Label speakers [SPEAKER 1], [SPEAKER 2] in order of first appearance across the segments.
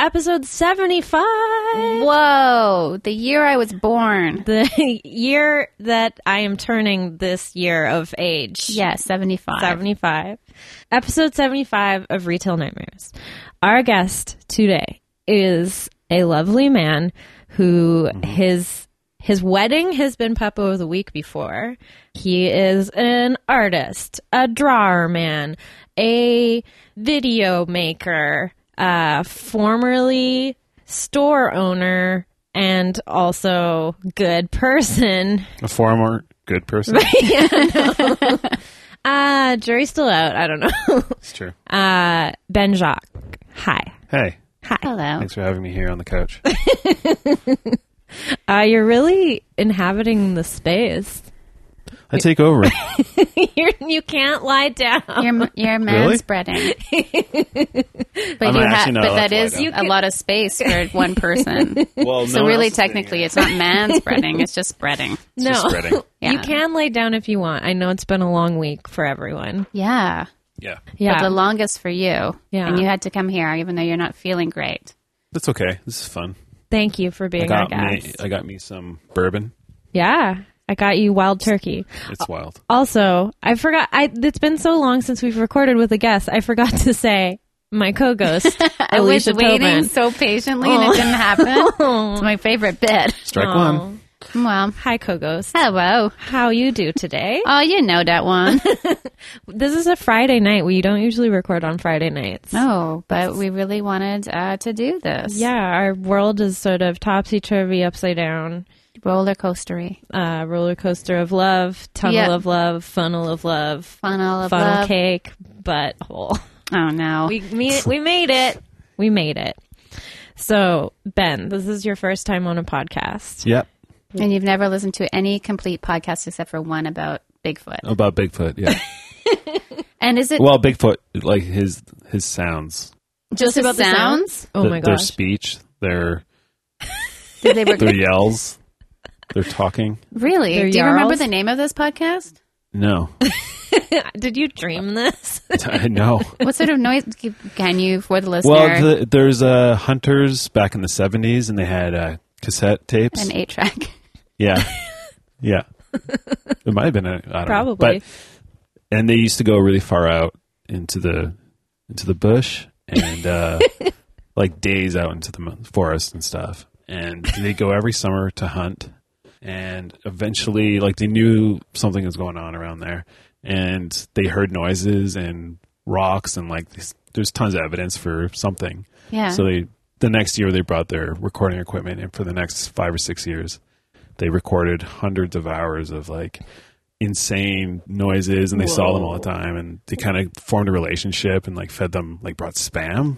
[SPEAKER 1] episode 75.
[SPEAKER 2] Whoa, the year I was born.
[SPEAKER 1] The year that I am turning this year of age.
[SPEAKER 2] Yeah, 75.
[SPEAKER 1] 75. Episode 75 of Retail Nightmares. Our guest today is a lovely man who his his wedding has been Peppo of the Week before. He is an artist, a drawer man, a video maker, uh, formerly store owner, and also good person.
[SPEAKER 3] A former good person.
[SPEAKER 1] Uh, jury's still out. I don't know.
[SPEAKER 3] It's true.
[SPEAKER 1] Uh, ben Jacques. Hi.
[SPEAKER 3] Hey,
[SPEAKER 2] Hello.
[SPEAKER 3] thanks for having me here on the couch.
[SPEAKER 1] Uh, you're really inhabiting the space.
[SPEAKER 3] I take over.
[SPEAKER 1] you're, you can't lie down.
[SPEAKER 2] You're, you're manspreading. but
[SPEAKER 3] I'm
[SPEAKER 2] you
[SPEAKER 3] actually
[SPEAKER 2] have,
[SPEAKER 3] not
[SPEAKER 2] but
[SPEAKER 3] allowed
[SPEAKER 2] that
[SPEAKER 3] to lie
[SPEAKER 2] is
[SPEAKER 3] down. You
[SPEAKER 2] a lot of space for one person.
[SPEAKER 3] Well,
[SPEAKER 2] so really technically it's not manspreading, it's just spreading.
[SPEAKER 1] No.
[SPEAKER 3] just spreading.
[SPEAKER 1] You
[SPEAKER 2] Yeah.
[SPEAKER 1] can lay down if you want. I know it's been a long week for everyone.
[SPEAKER 2] Yeah.
[SPEAKER 3] Yeah,
[SPEAKER 2] But the longest for you.
[SPEAKER 1] Yeah.
[SPEAKER 2] And you had to come here even though you're not feeling great.
[SPEAKER 3] that's okay. This is fun.
[SPEAKER 1] Thank you for
[SPEAKER 3] I
[SPEAKER 1] being our
[SPEAKER 3] got
[SPEAKER 1] guest.
[SPEAKER 3] me. I got me some bourbon.
[SPEAKER 1] Yeah. I got you wild turkey.
[SPEAKER 3] It's wild.
[SPEAKER 1] Also, I forgot. I It's been so long since we've recorded with a guest. I forgot to say my co-ghost,
[SPEAKER 2] I was
[SPEAKER 1] Alicia
[SPEAKER 2] waiting
[SPEAKER 1] Tobin.
[SPEAKER 2] so patiently and it didn't happen. it's my favorite bit.
[SPEAKER 3] Strike
[SPEAKER 1] Aw.
[SPEAKER 3] one.
[SPEAKER 2] Well,
[SPEAKER 1] Hi, co-ghost.
[SPEAKER 2] hello.
[SPEAKER 1] How you do today?
[SPEAKER 2] Oh, you know that one.
[SPEAKER 1] This is a Friday night. We don't usually record on Friday nights.
[SPEAKER 2] No, but we really wanted uh, to do this.
[SPEAKER 1] Yeah, our world is sort of topsy turvy, upside down,
[SPEAKER 2] Roller coastery.
[SPEAKER 1] uh, roller coaster of love, tunnel
[SPEAKER 2] Yeah.
[SPEAKER 1] of love, funnel of love,
[SPEAKER 2] Funnel of
[SPEAKER 1] funnel
[SPEAKER 2] love.
[SPEAKER 1] cake, butthole.
[SPEAKER 2] Oh, no.
[SPEAKER 1] We me, we made it. We made it. So Ben, this is your first time on a podcast.
[SPEAKER 3] Yep.
[SPEAKER 2] and you've never listened to any complete podcast except for one about Bigfoot.
[SPEAKER 3] About Bigfoot. Yeah.
[SPEAKER 2] And is it
[SPEAKER 3] well, Bigfoot, like his his sounds.
[SPEAKER 2] just, about
[SPEAKER 1] the
[SPEAKER 2] sounds?
[SPEAKER 1] Oh
[SPEAKER 3] Th-
[SPEAKER 1] my
[SPEAKER 3] Their
[SPEAKER 1] gosh!
[SPEAKER 3] speech. Their
[SPEAKER 2] Did they were,
[SPEAKER 3] their yells. Their talking.
[SPEAKER 2] really?
[SPEAKER 1] They're
[SPEAKER 2] Do you remember
[SPEAKER 1] yarls?
[SPEAKER 2] the name of this podcast?
[SPEAKER 3] No,
[SPEAKER 1] Did you dream this?
[SPEAKER 3] I know.
[SPEAKER 2] What sort of noise can you for the listener?
[SPEAKER 3] Well, the, there's uh, hunters back in the '70s, and they had uh, cassette tapes.
[SPEAKER 2] an eight track.
[SPEAKER 3] Yeah. Yeah. it might have been a I don't know.
[SPEAKER 1] Probably.
[SPEAKER 3] But and they used to go really far out into the into the bush and uh like days out into the mo- forest and stuff. And they go every summer to hunt and eventually like they knew something was going on around there and they heard noises and rocks and like this, there's tons of evidence for something.
[SPEAKER 2] Yeah.
[SPEAKER 3] So they the next year they brought their recording equipment and for the next five or six years they recorded hundreds of hours of like insane noises and they saw them all the time and they kind of formed a relationship and like fed them like brought spam.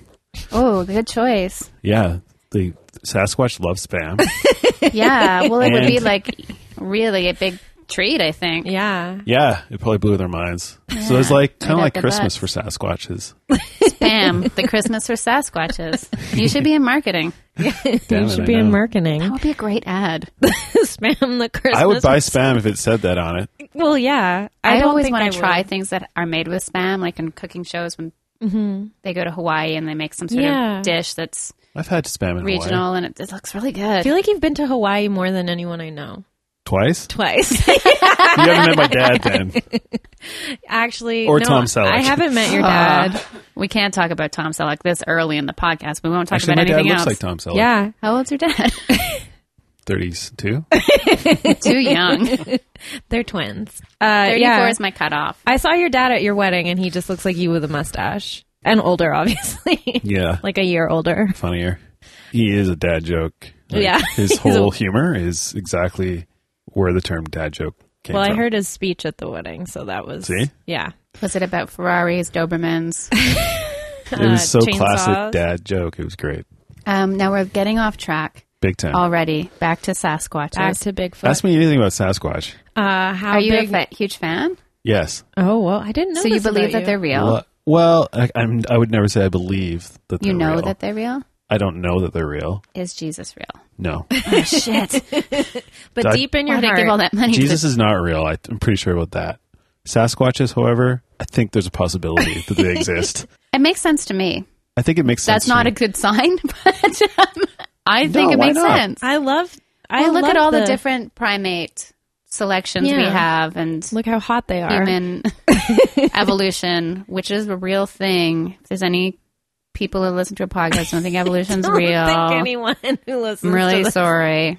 [SPEAKER 2] oh, good choice.
[SPEAKER 3] Yeah. The Sasquatch loves spam.
[SPEAKER 2] Yeah. Well, it would be
[SPEAKER 3] And-
[SPEAKER 2] like really a big treat, I think.
[SPEAKER 1] yeah.
[SPEAKER 3] yeah, it probably blew their minds. So it's like kind
[SPEAKER 2] Right
[SPEAKER 3] of
[SPEAKER 2] out
[SPEAKER 3] like
[SPEAKER 2] the
[SPEAKER 3] Christmas
[SPEAKER 2] butts.
[SPEAKER 3] for Sasquatches.
[SPEAKER 2] Bam, the Christmas for Sasquatches. You should be in marketing.
[SPEAKER 3] Damn
[SPEAKER 1] you
[SPEAKER 3] it,
[SPEAKER 1] should
[SPEAKER 3] I
[SPEAKER 1] be in
[SPEAKER 2] That
[SPEAKER 3] know.
[SPEAKER 1] marketing.
[SPEAKER 2] would be a great ad.
[SPEAKER 1] Spam the Christmas.
[SPEAKER 3] I would buy spam if it said that on it.
[SPEAKER 1] Well, yeah.
[SPEAKER 2] I,
[SPEAKER 1] don't
[SPEAKER 2] always
[SPEAKER 1] think I
[SPEAKER 2] want
[SPEAKER 1] would.
[SPEAKER 2] to try things that are made with spam, like in cooking shows when they go to Hawaii and they make some sort
[SPEAKER 1] Yeah.
[SPEAKER 2] of dish that's
[SPEAKER 3] I've had spam in Hawaii.
[SPEAKER 2] regional and it, it looks really
[SPEAKER 1] I
[SPEAKER 2] good.
[SPEAKER 1] feel like you've been to Hawaii more than anyone I know.
[SPEAKER 3] Twice?
[SPEAKER 1] Twice.
[SPEAKER 3] You haven't met my dad then.
[SPEAKER 1] Actually,
[SPEAKER 3] Or
[SPEAKER 1] no,
[SPEAKER 3] Tom Selleck.
[SPEAKER 1] I haven't met your
[SPEAKER 2] Uh,
[SPEAKER 1] dad.
[SPEAKER 2] we can't talk about Tom Selleck this early in the podcast. We won't talk
[SPEAKER 3] Actually,
[SPEAKER 2] about
[SPEAKER 3] my dad
[SPEAKER 2] anything
[SPEAKER 3] looks
[SPEAKER 2] else.
[SPEAKER 3] like Tom Selleck.
[SPEAKER 1] yeah,
[SPEAKER 2] How old's your dad?
[SPEAKER 3] 32.
[SPEAKER 2] Too young. Thirty-four
[SPEAKER 1] they're twins. Uh, yeah.
[SPEAKER 2] is my cutoff.
[SPEAKER 1] I saw your dad at your wedding, and he just looks like you with a mustache and older, obviously,
[SPEAKER 3] Yeah.
[SPEAKER 1] like a year older.
[SPEAKER 3] funnier. He is a dad joke.
[SPEAKER 1] Yeah.
[SPEAKER 3] His
[SPEAKER 1] He's a-
[SPEAKER 3] whole humor is exactly where the term dad joke came
[SPEAKER 1] Well,
[SPEAKER 3] from.
[SPEAKER 1] I heard his speech at the wedding, so that was
[SPEAKER 3] See?
[SPEAKER 1] yeah,
[SPEAKER 2] Was it about Ferraris, Dobermans?
[SPEAKER 3] it was so
[SPEAKER 1] uh, chainsaws.
[SPEAKER 3] classic dad joke. It was great.
[SPEAKER 2] Um, now we're getting off track
[SPEAKER 3] Big time.
[SPEAKER 2] already. Back to Sasquatches.
[SPEAKER 1] back to Bigfoot.
[SPEAKER 3] Ask me anything about Sasquatch.
[SPEAKER 1] Uh, how
[SPEAKER 2] are you
[SPEAKER 1] big?
[SPEAKER 2] a fa- huge fan?
[SPEAKER 3] Yes.
[SPEAKER 1] Oh, well, I didn't know.
[SPEAKER 2] So you
[SPEAKER 1] this
[SPEAKER 2] believe
[SPEAKER 1] about
[SPEAKER 2] that they're real?
[SPEAKER 3] Lo- Well, I, I'm, I would never say I believe that
[SPEAKER 2] You
[SPEAKER 3] they're
[SPEAKER 2] know
[SPEAKER 3] real.
[SPEAKER 2] that they're real?
[SPEAKER 3] I don't know that they're real.
[SPEAKER 2] Is Jesus real?
[SPEAKER 3] No,
[SPEAKER 2] Oh, shit.
[SPEAKER 1] But
[SPEAKER 3] I-
[SPEAKER 1] deep in your
[SPEAKER 2] Why did I
[SPEAKER 1] heart,
[SPEAKER 2] give all that money? to
[SPEAKER 3] Jesus is not real. I, I'm pretty sure about that. Sasquatches, however, I think there's a possibility that they exist.
[SPEAKER 2] the- it makes sense to me.
[SPEAKER 3] I think it makes sense.
[SPEAKER 2] That's not
[SPEAKER 3] to
[SPEAKER 2] a
[SPEAKER 3] me.
[SPEAKER 2] good sign, but um, I
[SPEAKER 3] No,
[SPEAKER 2] think it
[SPEAKER 3] why
[SPEAKER 2] makes
[SPEAKER 3] not?
[SPEAKER 2] sense.
[SPEAKER 1] I love. I
[SPEAKER 2] Well, look
[SPEAKER 1] love
[SPEAKER 2] at all the, different primate selections we
[SPEAKER 1] Yeah.
[SPEAKER 2] have and
[SPEAKER 1] Look how hot they are.
[SPEAKER 2] human evolution, which is a real thing. If there's any people who listen to a podcast don't think evolution's
[SPEAKER 1] I don't
[SPEAKER 2] real,
[SPEAKER 1] think
[SPEAKER 2] I'm
[SPEAKER 1] anyone who listens
[SPEAKER 2] really
[SPEAKER 1] to this,
[SPEAKER 2] sorry.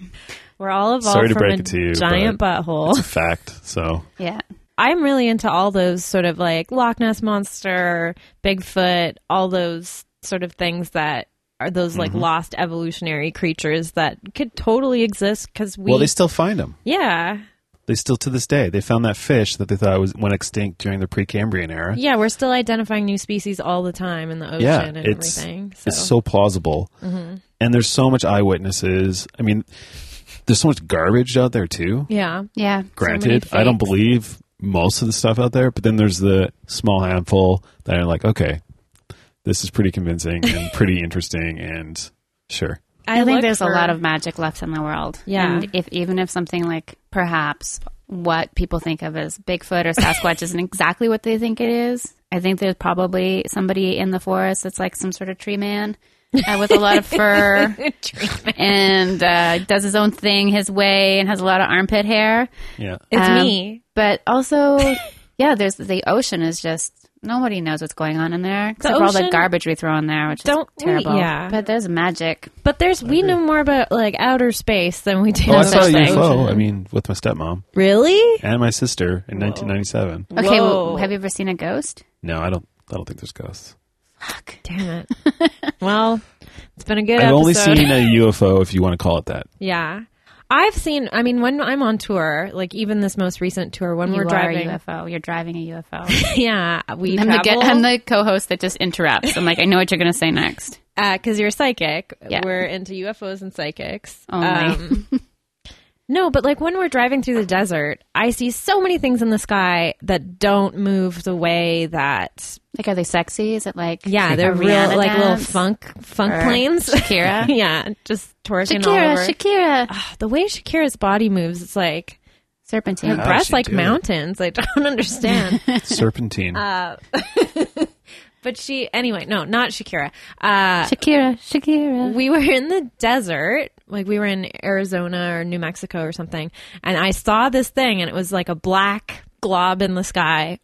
[SPEAKER 1] we're all evolved
[SPEAKER 3] Sorry to
[SPEAKER 1] from
[SPEAKER 3] break
[SPEAKER 1] a
[SPEAKER 3] it to you,
[SPEAKER 1] giant butthole.
[SPEAKER 3] It's a fact. So
[SPEAKER 2] Yeah.
[SPEAKER 1] I'm really into all those sort of like Loch Ness monster, Bigfoot, all those sort of things that are those
[SPEAKER 3] Mm-hmm.
[SPEAKER 1] like lost evolutionary creatures that could totally exist because we
[SPEAKER 3] well, they still find them.
[SPEAKER 1] yeah
[SPEAKER 3] They still to this day. They found that fish that they thought was went extinct during the Precambrian era.
[SPEAKER 1] yeah we're still identifying new species all the time in the ocean
[SPEAKER 3] Yeah,
[SPEAKER 1] and
[SPEAKER 3] it's-
[SPEAKER 1] everything. So. Mm-hmm.
[SPEAKER 3] It's so plausible, and there's so much eyewitnesses. I mean, there's so much garbage out there too.
[SPEAKER 1] yeah,
[SPEAKER 2] Yeah.
[SPEAKER 3] Granted, I don't believe most of the stuff out there, but then there's the small handful that are like, okay, this is pretty convincing and pretty interesting, and sure.
[SPEAKER 2] I think
[SPEAKER 1] look
[SPEAKER 2] there's
[SPEAKER 1] for-
[SPEAKER 2] a lot of magic left in the world.
[SPEAKER 1] Yeah.
[SPEAKER 2] And if even if something like perhaps what people think of as Bigfoot or Sasquatch isn't exactly what they think it is, I think there's probably somebody in the forest that's like some sort of tree man uh, with a lot of fur and uh, does his own thing his way and has a lot of armpit hair.
[SPEAKER 3] Yeah.
[SPEAKER 1] it's
[SPEAKER 2] Um,
[SPEAKER 1] me.
[SPEAKER 2] But also, yeah, there's the ocean is just nobody knows what's going on in there except for all the
[SPEAKER 1] ocean-
[SPEAKER 2] garbage we throw in there, which
[SPEAKER 1] Don't-
[SPEAKER 2] is terrible.
[SPEAKER 1] yeah.
[SPEAKER 2] But there's magic.
[SPEAKER 1] But there's we know more about like outer space than we do.
[SPEAKER 3] Oh, I
[SPEAKER 2] No
[SPEAKER 3] saw a
[SPEAKER 2] such thing.
[SPEAKER 3] UFO. I mean, with my stepmom
[SPEAKER 1] Really?
[SPEAKER 3] and my sister in 1997.
[SPEAKER 2] Okay,
[SPEAKER 1] Whoa.
[SPEAKER 2] well, have you ever seen a ghost?
[SPEAKER 3] No, I don't. I don't think there's ghosts.
[SPEAKER 1] Damn it. well, it's been a good.
[SPEAKER 3] I've
[SPEAKER 1] episode.
[SPEAKER 3] only seen a UFO, if you want to call it that.
[SPEAKER 1] Yeah. I've seen, I mean, when I'm on tour, like even this most recent tour, when we're
[SPEAKER 2] you
[SPEAKER 1] driving,
[SPEAKER 2] are a UFO. You're driving a UFO.
[SPEAKER 1] yeah, we
[SPEAKER 2] I'm, the
[SPEAKER 1] travel
[SPEAKER 2] get, I'm the co-host that just interrupts. I'm like, I know what you're going to say next.
[SPEAKER 1] because uh, you're psychic.
[SPEAKER 2] Yeah.
[SPEAKER 1] We're into UFOs and psychics. Um,
[SPEAKER 2] Oh, my.
[SPEAKER 1] no, but like when we're driving through the desert, I see so many things in the sky that don't move the way that,
[SPEAKER 2] Like, are they sexy? Is it like
[SPEAKER 1] yeah, they're
[SPEAKER 2] a
[SPEAKER 1] real,
[SPEAKER 2] Rihanna
[SPEAKER 1] like little
[SPEAKER 2] dance?
[SPEAKER 1] funk funk
[SPEAKER 2] Or
[SPEAKER 1] planes.
[SPEAKER 2] Shakira?
[SPEAKER 1] yeah, just twerking all
[SPEAKER 2] Shakira,
[SPEAKER 1] over.
[SPEAKER 2] Shakira,
[SPEAKER 1] the way Shakira's body moves, it's like her
[SPEAKER 2] serpentine.
[SPEAKER 3] How does
[SPEAKER 1] breasts
[SPEAKER 3] Oh, she
[SPEAKER 1] like
[SPEAKER 3] do it?
[SPEAKER 1] mountains. I don't understand.
[SPEAKER 3] Serpentine.
[SPEAKER 1] Uh, But she, anyway, no, not Shakira. Uh,
[SPEAKER 2] Shakira, Shakira.
[SPEAKER 1] we were in the desert, like we were in Arizona or New Mexico or something, and I saw this thing, and it was like a black glob in the sky,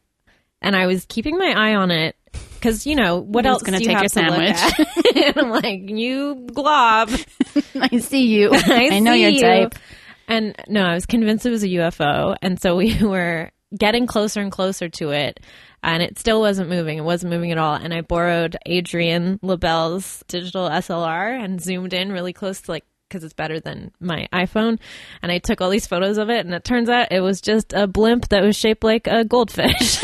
[SPEAKER 1] and I was keeping my eye on it because you know what
[SPEAKER 2] Who's
[SPEAKER 1] else
[SPEAKER 2] gonna
[SPEAKER 1] do you
[SPEAKER 2] take
[SPEAKER 1] have
[SPEAKER 2] your
[SPEAKER 1] to look at? and I'm like, you glob,
[SPEAKER 2] I see you.
[SPEAKER 1] I,
[SPEAKER 2] I, know
[SPEAKER 1] see
[SPEAKER 2] your
[SPEAKER 1] you.
[SPEAKER 2] type.
[SPEAKER 1] And no, I was convinced it was a UFO, and so we were getting closer and closer to it, and it still wasn't moving. It wasn't moving at all. And I borrowed Adrian LaBelle's digital SLR and zoomed in really close to like because it's better than my iPhone. And I took all these photos of it, and it turns out it was just a blimp that was shaped like a goldfish.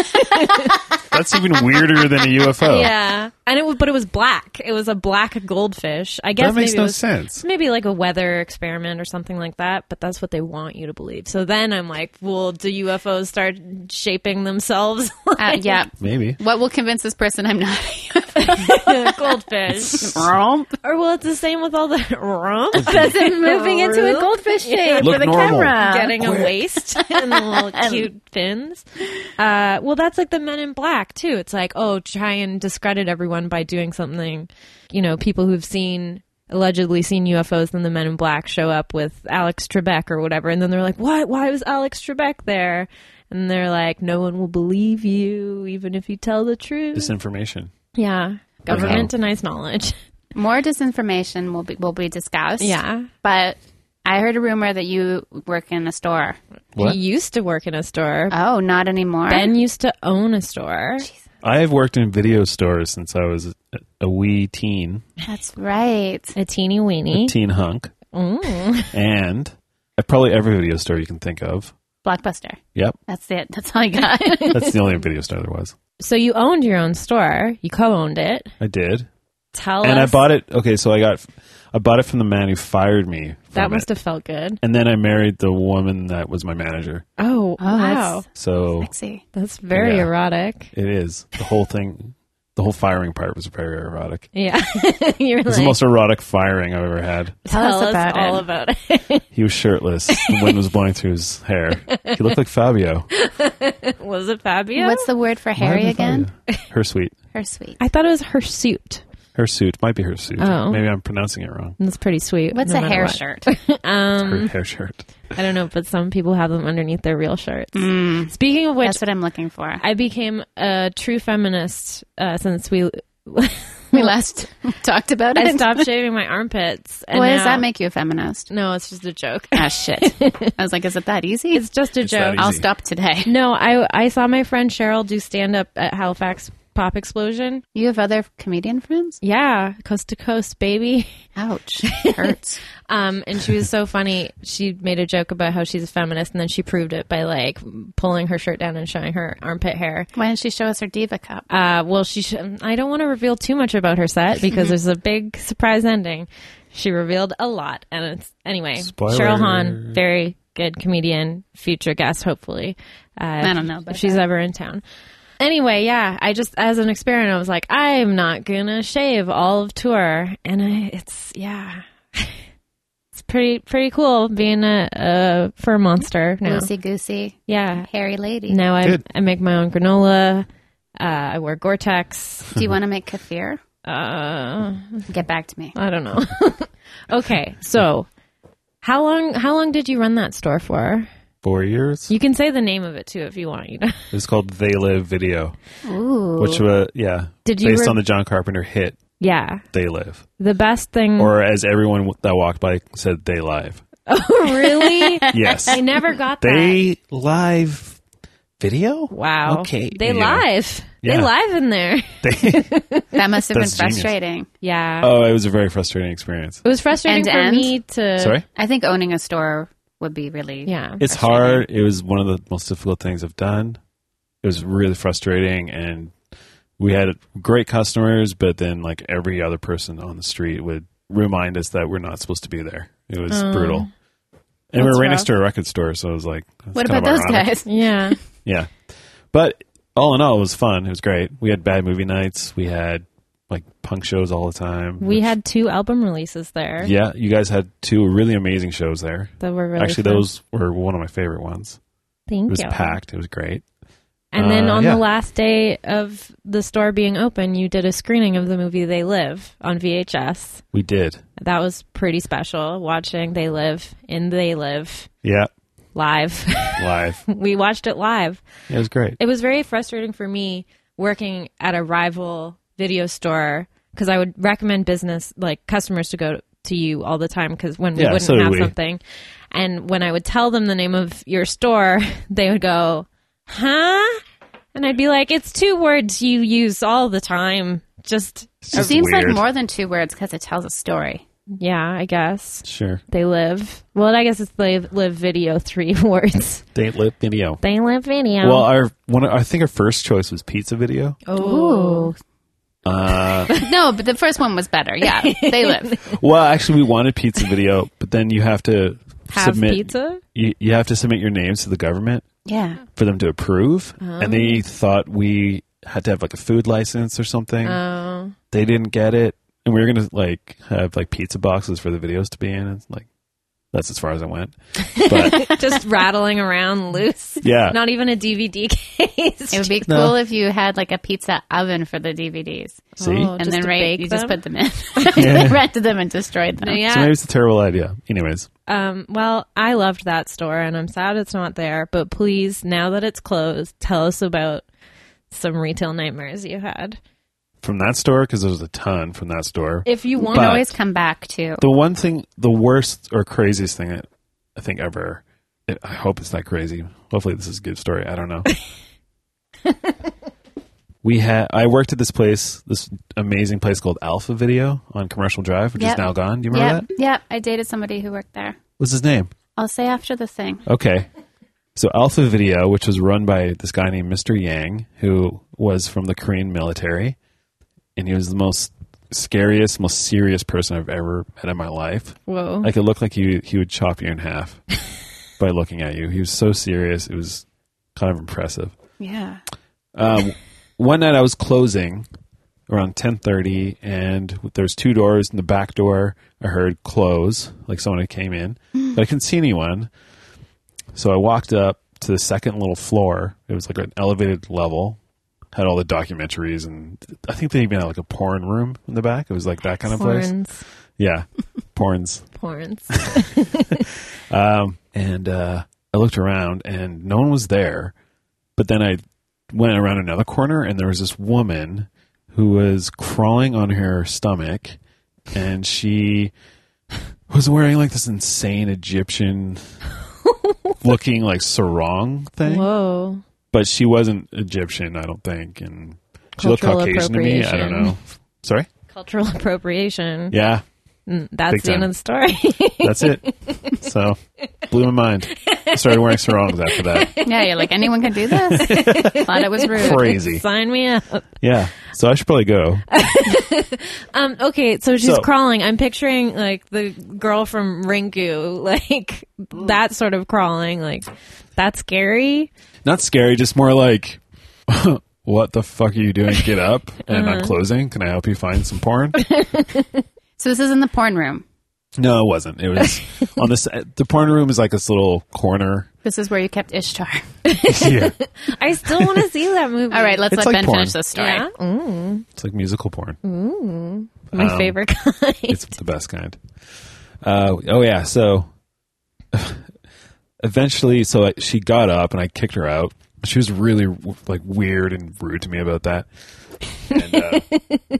[SPEAKER 3] That's even weirder than a UFO.
[SPEAKER 1] yeah, and it was, but it was black. It was a black goldfish. I guess
[SPEAKER 3] that makes
[SPEAKER 1] maybe it
[SPEAKER 3] no
[SPEAKER 1] was-
[SPEAKER 3] sense.
[SPEAKER 1] It's maybe like a weather experiment or something like that, but that's what they want you to believe. So then I'm like, well, do UFOs start shaping themselves
[SPEAKER 2] Uh,
[SPEAKER 1] like
[SPEAKER 2] yeah.
[SPEAKER 3] Maybe.
[SPEAKER 2] What will convince this person I'm not?
[SPEAKER 1] a goldfish?
[SPEAKER 2] Wrong.
[SPEAKER 1] or well, it's the same with all the rump
[SPEAKER 2] That's it moving into a goldfish shape
[SPEAKER 3] Look
[SPEAKER 2] for the
[SPEAKER 3] normal.
[SPEAKER 2] camera.
[SPEAKER 1] getting a waist and the little cute fins. Uh, well, that's like the Men in Black too. It's like, oh, try and discredit everyone by doing something. You know, people who've seen allegedly seen UFOs, then the Men in Black show up with Alex Trebek or whatever, and then they're like, what? Why was Alex Trebek there? And they're like, no one will believe you, even if you tell the truth.
[SPEAKER 3] Disinformation.
[SPEAKER 1] yeah, government denies knowledge.
[SPEAKER 2] More disinformation will be will be discussed.
[SPEAKER 1] Yeah.
[SPEAKER 2] But I heard a rumor that you work in a store.
[SPEAKER 3] What?
[SPEAKER 1] He used to work in a store.
[SPEAKER 2] Oh, not anymore.
[SPEAKER 1] ben used to own a store.
[SPEAKER 3] I have worked in video stores since I was a- a wee teen,
[SPEAKER 2] That's right.
[SPEAKER 1] A teeny weeny. Mm.
[SPEAKER 3] teen hunk, and at probably every video store you can think of.
[SPEAKER 2] Blockbuster.
[SPEAKER 3] Yep,
[SPEAKER 2] That's it. That's all I got.
[SPEAKER 3] that's the only video store there was.
[SPEAKER 1] so you owned your own store. You co-owned it.
[SPEAKER 3] I did,
[SPEAKER 1] Tell
[SPEAKER 3] and I
[SPEAKER 1] us.
[SPEAKER 3] bought it. Okay, so I got, I bought it from the man who fired me. From
[SPEAKER 1] that must
[SPEAKER 3] it.
[SPEAKER 1] have felt good.
[SPEAKER 3] and then I married the woman that was my manager.
[SPEAKER 1] Oh,
[SPEAKER 2] Oh,
[SPEAKER 1] wow.
[SPEAKER 2] that's-
[SPEAKER 1] That's,
[SPEAKER 3] So
[SPEAKER 2] Sexy.
[SPEAKER 1] very
[SPEAKER 3] Yeah.
[SPEAKER 1] erotic.
[SPEAKER 3] it is the whole thing. the whole firing part was very erotic.
[SPEAKER 1] Yeah. You're
[SPEAKER 3] It was the most erotic firing I've ever had.
[SPEAKER 1] tell
[SPEAKER 2] Tell us
[SPEAKER 1] us
[SPEAKER 2] about
[SPEAKER 1] all
[SPEAKER 2] it.
[SPEAKER 1] about it.
[SPEAKER 3] He was shirtless. the wind was blowing through his hair. He looked like Fabio.
[SPEAKER 1] was it Fabio?
[SPEAKER 2] What's the word for Harry
[SPEAKER 3] Might have been
[SPEAKER 2] again?
[SPEAKER 3] Fabio. Her suite.
[SPEAKER 2] Her sweet.
[SPEAKER 1] I thought it was her suit.
[SPEAKER 3] Her suit. Might be her suit.
[SPEAKER 1] Oh.
[SPEAKER 3] Maybe I'm pronouncing it wrong.
[SPEAKER 1] That's pretty sweet.
[SPEAKER 2] What's
[SPEAKER 1] no
[SPEAKER 2] a
[SPEAKER 1] matter
[SPEAKER 2] hair
[SPEAKER 1] what.
[SPEAKER 2] shirt?
[SPEAKER 1] Um,
[SPEAKER 3] Her hair shirt.
[SPEAKER 1] I don't know, but some people have them underneath their real shirts. Speaking of which,
[SPEAKER 2] Mm. That's what I'm looking for.
[SPEAKER 1] I became a true feminist uh, since we.
[SPEAKER 2] We last talked about it.
[SPEAKER 1] I stopped shaving my armpits. And
[SPEAKER 2] What does
[SPEAKER 1] now-
[SPEAKER 2] that make you a feminist?
[SPEAKER 1] No, it's just a joke.
[SPEAKER 2] Ah, shit. I was like, is it that easy?
[SPEAKER 1] It's just a
[SPEAKER 3] It's that
[SPEAKER 1] joke.
[SPEAKER 3] easy.
[SPEAKER 2] I'll stop today.
[SPEAKER 1] No, I I saw my friend Cheryl do stand up at Halifax Pop Explosion.
[SPEAKER 2] You have other comedian friends?
[SPEAKER 1] Yeah, coast to coast, baby.
[SPEAKER 2] Ouch. Hurts.
[SPEAKER 1] Um, and she was so funny. She made a joke about how she's a feminist, and then she proved it by like pulling her shirt down and showing her armpit hair.
[SPEAKER 2] Why didn't she show us her diva cup?
[SPEAKER 1] Uh, well, she. Sh- I don't want to reveal too much about her set
[SPEAKER 2] Mm-hmm.
[SPEAKER 1] because there's a big surprise ending. She revealed a lot, and it's anyway.
[SPEAKER 3] Spoiler.
[SPEAKER 1] Cheryl Hahn, very good comedian, future guest, hopefully. Uh,
[SPEAKER 2] I don't know, but
[SPEAKER 1] if she's ever in town. Anyway, yeah, I just as an experiment, I was like, I'm not gonna shave all of tour, and I, it's yeah, it's pretty pretty cool being a, a fur monster now.
[SPEAKER 2] Loosey goosey,
[SPEAKER 1] Yeah,
[SPEAKER 2] hairy lady.
[SPEAKER 1] now I
[SPEAKER 3] Good.
[SPEAKER 1] I make my own granola. Uh, I wear Gore-Tex.
[SPEAKER 2] Do you want to make kefir?
[SPEAKER 1] Uh,
[SPEAKER 2] Get back to me.
[SPEAKER 1] I don't know. okay, so how long how long did you run that store for?
[SPEAKER 3] Four years.
[SPEAKER 1] You can say the name of it too if you want. You know,
[SPEAKER 3] It's called They Live Video,
[SPEAKER 2] Ooh.
[SPEAKER 3] which was yeah,
[SPEAKER 1] Did you
[SPEAKER 3] based
[SPEAKER 1] re-
[SPEAKER 3] on the John Carpenter hit
[SPEAKER 1] yeah,
[SPEAKER 3] They Live,
[SPEAKER 1] the best thing.
[SPEAKER 3] or as everyone that walked by said, They Live.
[SPEAKER 1] Oh, really?
[SPEAKER 3] Yes,
[SPEAKER 1] I never got that.
[SPEAKER 3] They Live Video.
[SPEAKER 1] Wow.
[SPEAKER 3] Okay.
[SPEAKER 1] They
[SPEAKER 3] Yeah.
[SPEAKER 1] live. They
[SPEAKER 3] Yeah.
[SPEAKER 1] live in there.
[SPEAKER 3] They-
[SPEAKER 2] that must have been
[SPEAKER 3] That's genius.
[SPEAKER 2] frustrating.
[SPEAKER 1] Yeah.
[SPEAKER 3] oh, it was a very frustrating experience.
[SPEAKER 1] it was frustrating
[SPEAKER 2] End to
[SPEAKER 1] for
[SPEAKER 2] end?
[SPEAKER 1] me to.
[SPEAKER 3] Sorry,
[SPEAKER 2] I think owning a store would be really.
[SPEAKER 1] Yeah.
[SPEAKER 3] it's hard. It was one of the most difficult things I've done. It was really frustrating, and we had great customers, but then like every other person on the street would remind us that we're not supposed to be there. It was brutal. And we
[SPEAKER 1] that's
[SPEAKER 3] were right
[SPEAKER 1] rough.
[SPEAKER 3] next to a record store, so it was like, that's
[SPEAKER 2] What
[SPEAKER 3] kind
[SPEAKER 2] about
[SPEAKER 3] of
[SPEAKER 2] those
[SPEAKER 3] ironic.
[SPEAKER 2] guys?
[SPEAKER 1] Yeah.
[SPEAKER 3] Yeah. But all in all, it was fun. It was great. We had bad movie nights. We had like punk shows all the time.
[SPEAKER 1] We
[SPEAKER 3] which-
[SPEAKER 1] had two album releases there
[SPEAKER 3] Yeah, you guys had two really amazing shows there.
[SPEAKER 1] that were really
[SPEAKER 3] Actually,
[SPEAKER 1] fun.
[SPEAKER 3] those were one of my favorite ones.
[SPEAKER 1] Thank
[SPEAKER 3] It was
[SPEAKER 1] you.
[SPEAKER 3] packed. It was great.
[SPEAKER 1] And then
[SPEAKER 3] Uh,
[SPEAKER 1] on
[SPEAKER 3] yeah.
[SPEAKER 1] the last day of the store being open, you did a screening of the movie They Live on VHS.
[SPEAKER 3] We did.
[SPEAKER 1] That was pretty special. Watching They Live in They Live
[SPEAKER 3] Yeah,
[SPEAKER 1] live.
[SPEAKER 3] live.
[SPEAKER 1] we watched it live.
[SPEAKER 3] it was great.
[SPEAKER 1] it was very frustrating for me working at a rival video store because I would recommend business like customers to go to you all the time because when we
[SPEAKER 3] Yeah,
[SPEAKER 1] wouldn't
[SPEAKER 3] so do
[SPEAKER 1] have
[SPEAKER 3] we.
[SPEAKER 1] something, and when I would tell them the name of your store, they would go, "Huh?" and I'd be like, "It's two words you use all the time." Just
[SPEAKER 2] It seems like
[SPEAKER 3] weird.
[SPEAKER 2] more than two words because it tells a story.
[SPEAKER 1] yeah, I guess
[SPEAKER 3] Sure.
[SPEAKER 1] they live. Well, I guess it's they live video three words.
[SPEAKER 3] Date lip video.
[SPEAKER 1] They live video.
[SPEAKER 3] Well, our one. I think our first choice was pizza video.
[SPEAKER 1] oh,
[SPEAKER 3] Uh,
[SPEAKER 2] no, but the first one was better. Yeah, they live.
[SPEAKER 3] well, actually, we wanted pizza video, but then you have to
[SPEAKER 1] have
[SPEAKER 3] submit.
[SPEAKER 1] pizza.
[SPEAKER 3] You, you have to submit your names to the government,
[SPEAKER 2] Yeah.
[SPEAKER 3] for them to approve. And they
[SPEAKER 1] Oh.
[SPEAKER 3] thought we had to have like a food license or something.
[SPEAKER 1] Oh.
[SPEAKER 3] they didn't get it. And we were going to like have like pizza boxes for the videos to be in. And like, that's as far as I went. But
[SPEAKER 1] just rattling around loose.
[SPEAKER 3] yeah.
[SPEAKER 1] Not even a DVD case.
[SPEAKER 2] It would be
[SPEAKER 3] No.
[SPEAKER 2] cool if you had like a pizza oven for the DVDs,
[SPEAKER 3] See?
[SPEAKER 1] Oh,
[SPEAKER 2] and
[SPEAKER 1] just
[SPEAKER 2] then
[SPEAKER 1] to
[SPEAKER 2] right,
[SPEAKER 1] bake
[SPEAKER 2] you just
[SPEAKER 1] them?
[SPEAKER 2] put them in, They rented them, and destroyed them.
[SPEAKER 3] So
[SPEAKER 1] yeah.
[SPEAKER 3] maybe it's a terrible idea. Anyways,
[SPEAKER 1] Um, well, I loved that store, and I'm sad it's not there. But please, now that it's closed, tell us about some retail nightmares you had.
[SPEAKER 3] from that store, because there was a ton from that store.
[SPEAKER 1] If you want,
[SPEAKER 2] You can
[SPEAKER 3] But-
[SPEAKER 2] always come back to.
[SPEAKER 3] the one thing, the worst or craziest thing that I think ever, I- I hope it's not crazy. Hopefully, this is a good story. I don't know. we had, I worked at this place, this amazing place called Alpha Video on Commercial Drive, which
[SPEAKER 2] Yep.
[SPEAKER 3] is now gone. Do you remember
[SPEAKER 2] Yep,
[SPEAKER 3] that?
[SPEAKER 2] yep. I dated somebody who worked there.
[SPEAKER 3] What's his name?
[SPEAKER 2] I'll say after the thing.
[SPEAKER 3] Okay. So Alpha Video, which was run by this guy named Mr. Yang, who was from the Korean military, and he was the most scariest, most serious person I've ever met in my life.
[SPEAKER 1] whoa,
[SPEAKER 3] Like it looked like he he would chop you in half by looking at you. He was so serious. It was kind of impressive.
[SPEAKER 2] Yeah.
[SPEAKER 3] Um, one night I was closing, around 10:30 and there's two doors and the back door I heard close like someone had came in but I couldn't see anyone so I walked up to the second little floor it was like an elevated level had all the documentaries and I think they even had like a porn room in the back it was like that kind of place
[SPEAKER 1] Porns.
[SPEAKER 3] yeah porns
[SPEAKER 1] Porns.
[SPEAKER 3] um, and uh, I looked around and no one was there. But then I went around another corner and there was this woman who was crawling on her stomach and she was wearing like this insane Egyptian looking like sarong thing.
[SPEAKER 1] Whoa.
[SPEAKER 3] But she wasn't Egyptian, I don't think. And she looked
[SPEAKER 1] Cultural
[SPEAKER 3] Caucasian to me. I don't
[SPEAKER 1] appropriation.
[SPEAKER 3] know. Sorry?
[SPEAKER 1] Cultural appropriation.
[SPEAKER 3] Yeah,
[SPEAKER 1] Mm, That's
[SPEAKER 3] Big
[SPEAKER 1] the end of
[SPEAKER 3] time.
[SPEAKER 1] the story.
[SPEAKER 3] that's it. so blew my mind. I started wearing sarongs after that.
[SPEAKER 2] Yeah, you're like, anyone can do this? Thought it was rude.
[SPEAKER 3] Crazy.
[SPEAKER 1] Sign me up.
[SPEAKER 3] Yeah. So I should probably go.
[SPEAKER 1] Um, okay, so she's
[SPEAKER 3] So-
[SPEAKER 1] crawling. I'm picturing like the girl from Ringu, like that sort of crawling. Like that's scary.
[SPEAKER 3] Not scary, just more like, what the fuck are you doing? Get up. And I'm closing. Can I help you find some porn?
[SPEAKER 2] So this is in the porn room.
[SPEAKER 3] no, it wasn't. It was on this. uh, The porn room is like this little corner.
[SPEAKER 2] This is where you kept Ishtar.
[SPEAKER 3] yeah.
[SPEAKER 1] I still want to see that movie.
[SPEAKER 2] All right, let's
[SPEAKER 3] It's
[SPEAKER 2] let
[SPEAKER 3] like
[SPEAKER 2] Ben
[SPEAKER 3] porn.
[SPEAKER 2] finish this story.
[SPEAKER 1] Yeah. Mm,
[SPEAKER 3] It's like musical porn.
[SPEAKER 1] my
[SPEAKER 3] Um,
[SPEAKER 1] favorite kind.
[SPEAKER 3] It's the best kind. Uh, oh, yeah. So eventually, so I, she got up and I kicked her out. She was really like weird and rude to me about that. And, uh,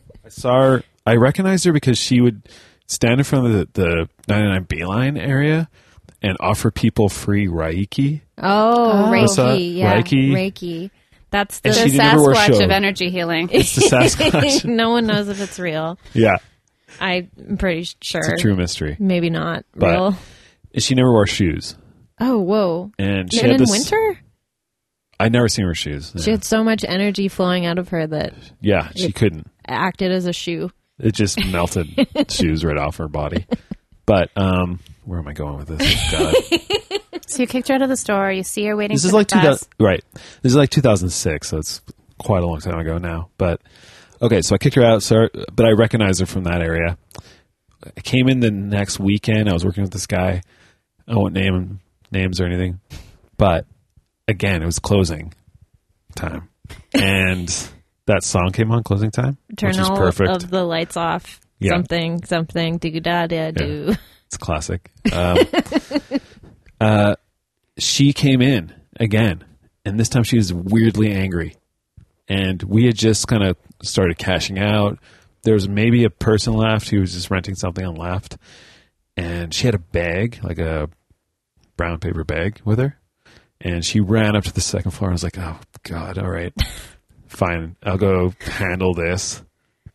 [SPEAKER 3] I saw her. I recognized her because she would stand in front of the, the 99 Beeline area and offer people free Raiki.
[SPEAKER 1] Oh,
[SPEAKER 3] What's that?
[SPEAKER 1] Reiki. Yeah,
[SPEAKER 3] Reiki?
[SPEAKER 1] Reiki. That's the
[SPEAKER 3] And
[SPEAKER 2] The
[SPEAKER 3] she never wore show.
[SPEAKER 2] Sasquatch of energy healing.
[SPEAKER 3] It's the Sasquatch.
[SPEAKER 1] no one knows if it's real.
[SPEAKER 3] yeah,
[SPEAKER 1] I'm pretty sure.
[SPEAKER 3] it's a true mystery.
[SPEAKER 1] Maybe not
[SPEAKER 3] But-
[SPEAKER 1] real.
[SPEAKER 3] She never wore shoes.
[SPEAKER 1] Oh, whoa.
[SPEAKER 3] And she
[SPEAKER 1] Even
[SPEAKER 3] had
[SPEAKER 1] in
[SPEAKER 3] this.
[SPEAKER 1] winter?
[SPEAKER 3] I never seen her shoes. Yeah,
[SPEAKER 1] She had so much energy flowing out of her that
[SPEAKER 3] yeah she couldn't.
[SPEAKER 1] acted as a shoe.
[SPEAKER 3] It just melted shoes right off her body. But um, where am I going with this? Oh, God.
[SPEAKER 2] So you kicked her out of the store. You see her waiting
[SPEAKER 3] This
[SPEAKER 2] for
[SPEAKER 3] is
[SPEAKER 2] the
[SPEAKER 3] like two
[SPEAKER 2] bus.
[SPEAKER 3] thousand, right? This is like two thousand six, so it's quite a long time ago now. But okay, so I kicked her out, sir, but I recognized her from that area. I came in the next weekend. I was working with this guy. I won't name him names or anything, but again, it was closing time, and that song came on closing time,
[SPEAKER 1] Turn
[SPEAKER 3] which is
[SPEAKER 1] all
[SPEAKER 3] perfect.
[SPEAKER 1] of the lights off.
[SPEAKER 3] Yeah.
[SPEAKER 1] Something, something, do da da do.
[SPEAKER 3] It's classic. Um, uh, she came in again, and this time she was weirdly angry. And we had just kind of started cashing out. There was maybe a person left who was just renting something and left. And she had a bag, like a brown paper bag with her. And she ran up to the second floor and was like, oh, God, all right, fine. I'll go handle this.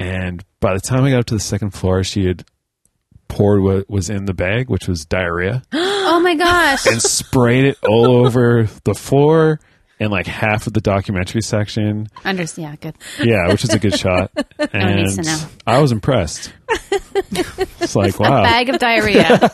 [SPEAKER 3] And by the time I got up to the second floor, she had poured what was in the bag, which was diarrhea,
[SPEAKER 2] Oh my gosh.
[SPEAKER 3] and sprayed it all over the floor and like half of the documentary section.
[SPEAKER 2] Under- yeah, good.
[SPEAKER 3] Yeah, which is a good shot.
[SPEAKER 2] needs to
[SPEAKER 3] And
[SPEAKER 2] know.
[SPEAKER 3] I was impressed. It's like,
[SPEAKER 2] A
[SPEAKER 3] wow.
[SPEAKER 2] bag of diarrhea.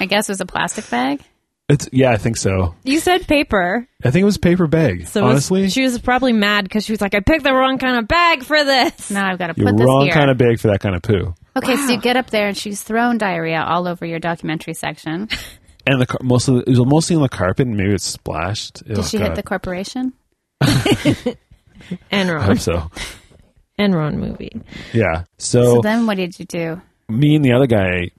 [SPEAKER 2] I guess it was a plastic bag.
[SPEAKER 3] It's yeah, I think so.
[SPEAKER 1] You said paper.
[SPEAKER 3] I think it was paper bag.
[SPEAKER 1] So it was-
[SPEAKER 3] honestly,
[SPEAKER 1] she was probably mad because she was like, I picked the wrong kind of bag for this.
[SPEAKER 2] Now I've got to
[SPEAKER 3] you're
[SPEAKER 2] put this
[SPEAKER 3] wrong
[SPEAKER 2] here.
[SPEAKER 3] kind of bag for that kind of poo.
[SPEAKER 2] okay, so you get up there and she's thrown diarrhea all over your documentary section.
[SPEAKER 3] And the car- most of the, it was mostly on the carpet, and maybe it splashed.
[SPEAKER 2] Did she hit the corporation?
[SPEAKER 3] I
[SPEAKER 1] Enron.
[SPEAKER 3] hope so.
[SPEAKER 1] Enron movie.
[SPEAKER 3] Yeah.
[SPEAKER 2] So then what did you do?
[SPEAKER 3] me and the other guy,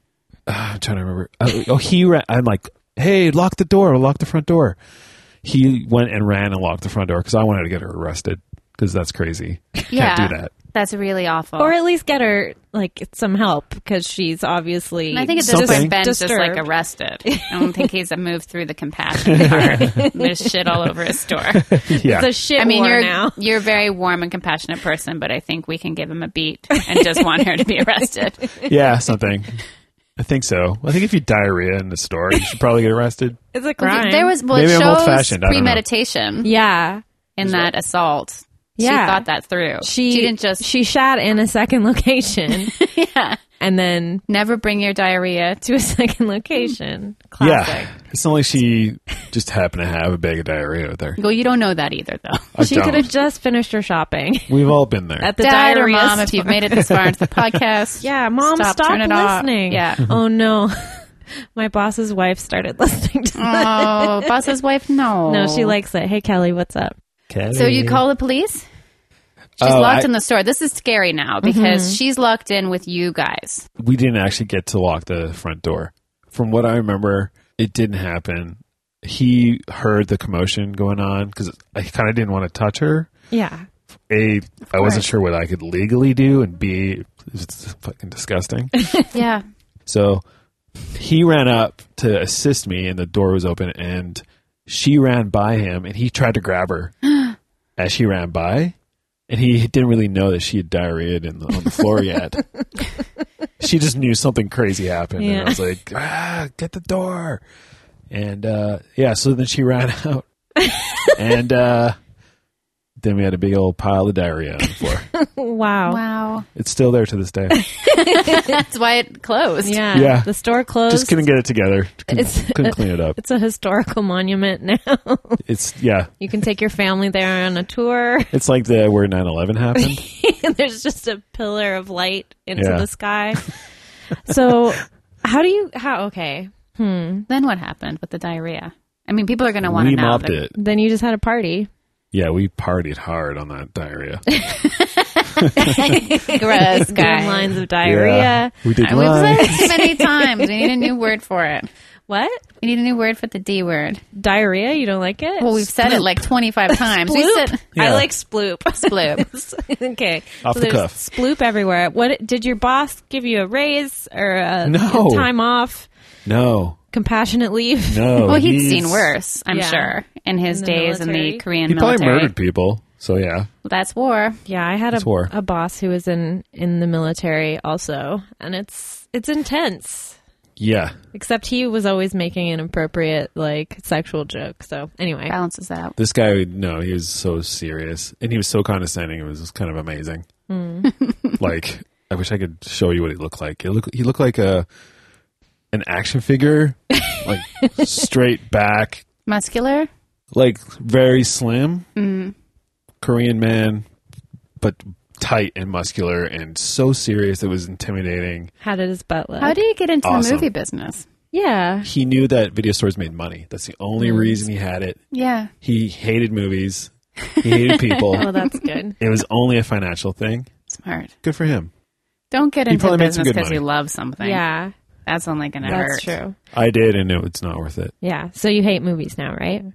[SPEAKER 3] uh, I'm trying to remember. Oh, oh, he ran. I'm like, hey, lock the door, lock the front door. He went and ran and locked the front door because I wanted to get her arrested because that's crazy.
[SPEAKER 2] Yeah.
[SPEAKER 3] Can't do that.
[SPEAKER 2] That's really awful.
[SPEAKER 1] Or at least get her like some help because she's obviously.
[SPEAKER 2] And I think at this
[SPEAKER 3] Something.
[SPEAKER 2] point Ben's just like
[SPEAKER 1] Disturbed.
[SPEAKER 2] arrested. I don't think he's moved through the compassion part. There's shit all over his store.
[SPEAKER 3] Yeah.
[SPEAKER 1] it's a shit
[SPEAKER 2] I mean,
[SPEAKER 1] war
[SPEAKER 2] you're
[SPEAKER 1] now.
[SPEAKER 2] you're a very warm and compassionate person, but I think we can give him a beat and just want her to be arrested.
[SPEAKER 3] yeah, something. I think so. I think if you diarrhea in the store, you should probably get arrested.
[SPEAKER 1] It's a
[SPEAKER 2] Well,
[SPEAKER 1] crime.
[SPEAKER 2] There was well,
[SPEAKER 3] Maybe
[SPEAKER 2] it
[SPEAKER 3] I'm
[SPEAKER 2] shows
[SPEAKER 3] old-fashioned, I don't know.
[SPEAKER 2] premeditation
[SPEAKER 1] yeah.
[SPEAKER 2] in that assault
[SPEAKER 1] Yeah.
[SPEAKER 2] She thought that through.
[SPEAKER 1] She,
[SPEAKER 2] didn't just
[SPEAKER 1] she shot in a second location
[SPEAKER 2] yeah.
[SPEAKER 1] and then
[SPEAKER 2] Never bring your diarrhea to
[SPEAKER 1] to a second location.
[SPEAKER 3] Yeah.
[SPEAKER 1] Classic.
[SPEAKER 3] It's not like she just happened to have a bag of diarrhea with her.
[SPEAKER 2] well, you don't know that either though.
[SPEAKER 3] I
[SPEAKER 1] She could have
[SPEAKER 3] don't.
[SPEAKER 1] just finished her shopping
[SPEAKER 3] We've all been there.
[SPEAKER 1] at the
[SPEAKER 2] Dad or
[SPEAKER 1] diarrhea
[SPEAKER 2] mom,
[SPEAKER 1] store.
[SPEAKER 2] if you've made it this far into the podcast,
[SPEAKER 1] Yeah, mom, stop,
[SPEAKER 2] Stop, turn it off.
[SPEAKER 1] listening.
[SPEAKER 2] Yeah.
[SPEAKER 1] oh no, my boss's wife started listening to this.
[SPEAKER 2] Oh, boss's wife, no,
[SPEAKER 1] No, she likes it. Hey, Kelly, what's up?
[SPEAKER 2] So you call the police? She's
[SPEAKER 3] Oh,
[SPEAKER 2] locked
[SPEAKER 3] I-
[SPEAKER 2] in the store. This is scary now
[SPEAKER 1] Mm-hmm.
[SPEAKER 2] because she's locked in with you guys.
[SPEAKER 3] we didn't actually get to lock the front door. From what I remember, it didn't happen. He heard the commotion going on because I kind of didn't want to touch her.
[SPEAKER 1] Yeah,
[SPEAKER 3] A, I wasn't sure what I could legally do, and B, it's fucking disgusting.
[SPEAKER 2] Yeah.
[SPEAKER 3] so he ran up to assist me, and the door was open, and she ran by him, and he tried to grab her as she ran by, and he didn't really know that she had diarrhea in the, on the floor yet. she just knew something crazy happened, and
[SPEAKER 1] Yeah.
[SPEAKER 3] I was like, ah, "Get the door!" And uh, yeah, so then she ran out, and uh, then we had a big old pile of diarrhea on the floor.
[SPEAKER 1] wow.
[SPEAKER 2] Wow.
[SPEAKER 3] It's still there to this day.
[SPEAKER 2] That's why it closed.
[SPEAKER 1] Yeah,
[SPEAKER 3] Yeah.
[SPEAKER 1] The store closed.
[SPEAKER 3] Just couldn't get it together. Couldn't,
[SPEAKER 1] It's-
[SPEAKER 3] couldn't clean it up.
[SPEAKER 1] it's a historical monument now.
[SPEAKER 3] It's yeah.
[SPEAKER 1] you can take your family there on a tour.
[SPEAKER 3] It's like the where 9-11 happened.
[SPEAKER 1] There's just a pillar of light into
[SPEAKER 3] Yeah.
[SPEAKER 1] the sky. so, how do you? How okay?
[SPEAKER 2] Then what happened with the diarrhea? I mean, people are going to want
[SPEAKER 3] we
[SPEAKER 2] to know.
[SPEAKER 3] mopped
[SPEAKER 2] that-
[SPEAKER 3] it.
[SPEAKER 1] Then you just had a party.
[SPEAKER 3] Yeah, we partied hard on that diarrhea.
[SPEAKER 2] Gross
[SPEAKER 1] Doing
[SPEAKER 2] guy.
[SPEAKER 1] lines of diarrhea.
[SPEAKER 3] We did
[SPEAKER 2] We've said
[SPEAKER 3] lie.
[SPEAKER 2] it too many times. We need a new word for it.
[SPEAKER 1] What
[SPEAKER 2] We need a new word for the D word.
[SPEAKER 1] diarrhea? You don't like it?
[SPEAKER 2] Well, we've said it like 25 times. We
[SPEAKER 1] Sploop.
[SPEAKER 2] said
[SPEAKER 1] I
[SPEAKER 3] Yeah.
[SPEAKER 1] like sploop.
[SPEAKER 2] bloop.
[SPEAKER 1] okay.
[SPEAKER 3] Off the
[SPEAKER 1] there's
[SPEAKER 3] cuff.
[SPEAKER 1] Sploop everywhere. What did your boss give you a raise or a
[SPEAKER 3] No.
[SPEAKER 1] time off,
[SPEAKER 3] No,
[SPEAKER 1] compassionate leave?
[SPEAKER 3] no.
[SPEAKER 2] Well, he'd
[SPEAKER 3] Oh, he's-
[SPEAKER 2] seen worse, I'm
[SPEAKER 1] Yeah.
[SPEAKER 2] sure, in his
[SPEAKER 1] In the
[SPEAKER 2] days in
[SPEAKER 1] military.
[SPEAKER 2] the Korean
[SPEAKER 3] He probably
[SPEAKER 2] military.
[SPEAKER 3] murdered people. So yeah,
[SPEAKER 2] That's war.
[SPEAKER 1] Yeah, I had a,
[SPEAKER 3] It's war.
[SPEAKER 1] a boss who was in in the military also, and it's it's intense.
[SPEAKER 3] yeah.
[SPEAKER 1] Except he was always making an appropriate like sexual joke. So anyway,
[SPEAKER 2] Balances out.
[SPEAKER 3] This guy, no, he was so serious, and he was so condescending. It was just kind of amazing.
[SPEAKER 2] Hmm.
[SPEAKER 3] like, I wish I could show you what he looked like. It look, he looked like a an action figure, like straight back,
[SPEAKER 2] Muscular?
[SPEAKER 3] like very slim
[SPEAKER 2] Mm-hmm.
[SPEAKER 3] Korean man, but tight and muscular, and so serious. It was intimidating.
[SPEAKER 1] how did his butt look?
[SPEAKER 2] How do you get into the
[SPEAKER 3] Awesome.
[SPEAKER 2] movie business?
[SPEAKER 1] yeah,
[SPEAKER 3] He knew that video stores made money. That's the only reason he had it.
[SPEAKER 2] Yeah.
[SPEAKER 3] He hated movies. He hated people.
[SPEAKER 2] Oh,
[SPEAKER 1] well that's good.
[SPEAKER 3] It was only a financial thing.
[SPEAKER 2] Smart.
[SPEAKER 3] Good for him.
[SPEAKER 2] Don't get
[SPEAKER 3] He
[SPEAKER 2] into
[SPEAKER 3] probably made some
[SPEAKER 2] business
[SPEAKER 3] good
[SPEAKER 2] because you
[SPEAKER 3] money.
[SPEAKER 2] love something.
[SPEAKER 1] Yeah,
[SPEAKER 2] That's only going to hurt.
[SPEAKER 1] that's true.
[SPEAKER 3] I did, and it, it's not worth it.
[SPEAKER 1] Yeah, so you hate movies now, right?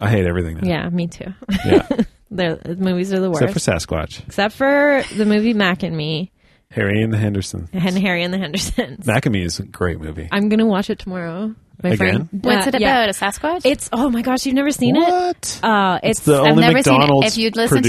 [SPEAKER 3] I hate everything now.
[SPEAKER 1] Yeah, me too.
[SPEAKER 3] Yeah.
[SPEAKER 1] They're, the movies are the worst.
[SPEAKER 3] Except for Sasquatch.
[SPEAKER 1] Except for the movie Mac and Me
[SPEAKER 3] Harry and the Henderson.
[SPEAKER 1] and Harry and the Hendersons.
[SPEAKER 3] Mac and Me is a great movie.
[SPEAKER 1] I'm gonna watch it tomorrow. My friend.
[SPEAKER 3] Again?
[SPEAKER 2] What's
[SPEAKER 1] Uh,
[SPEAKER 2] it about?
[SPEAKER 1] yeah.
[SPEAKER 2] A Sasquatch?
[SPEAKER 1] It's oh my gosh, you've never seen it?
[SPEAKER 3] What?
[SPEAKER 1] Uh, it's,
[SPEAKER 3] It's the only
[SPEAKER 2] never seen it.
[SPEAKER 3] McDonald's
[SPEAKER 2] If you'd listened to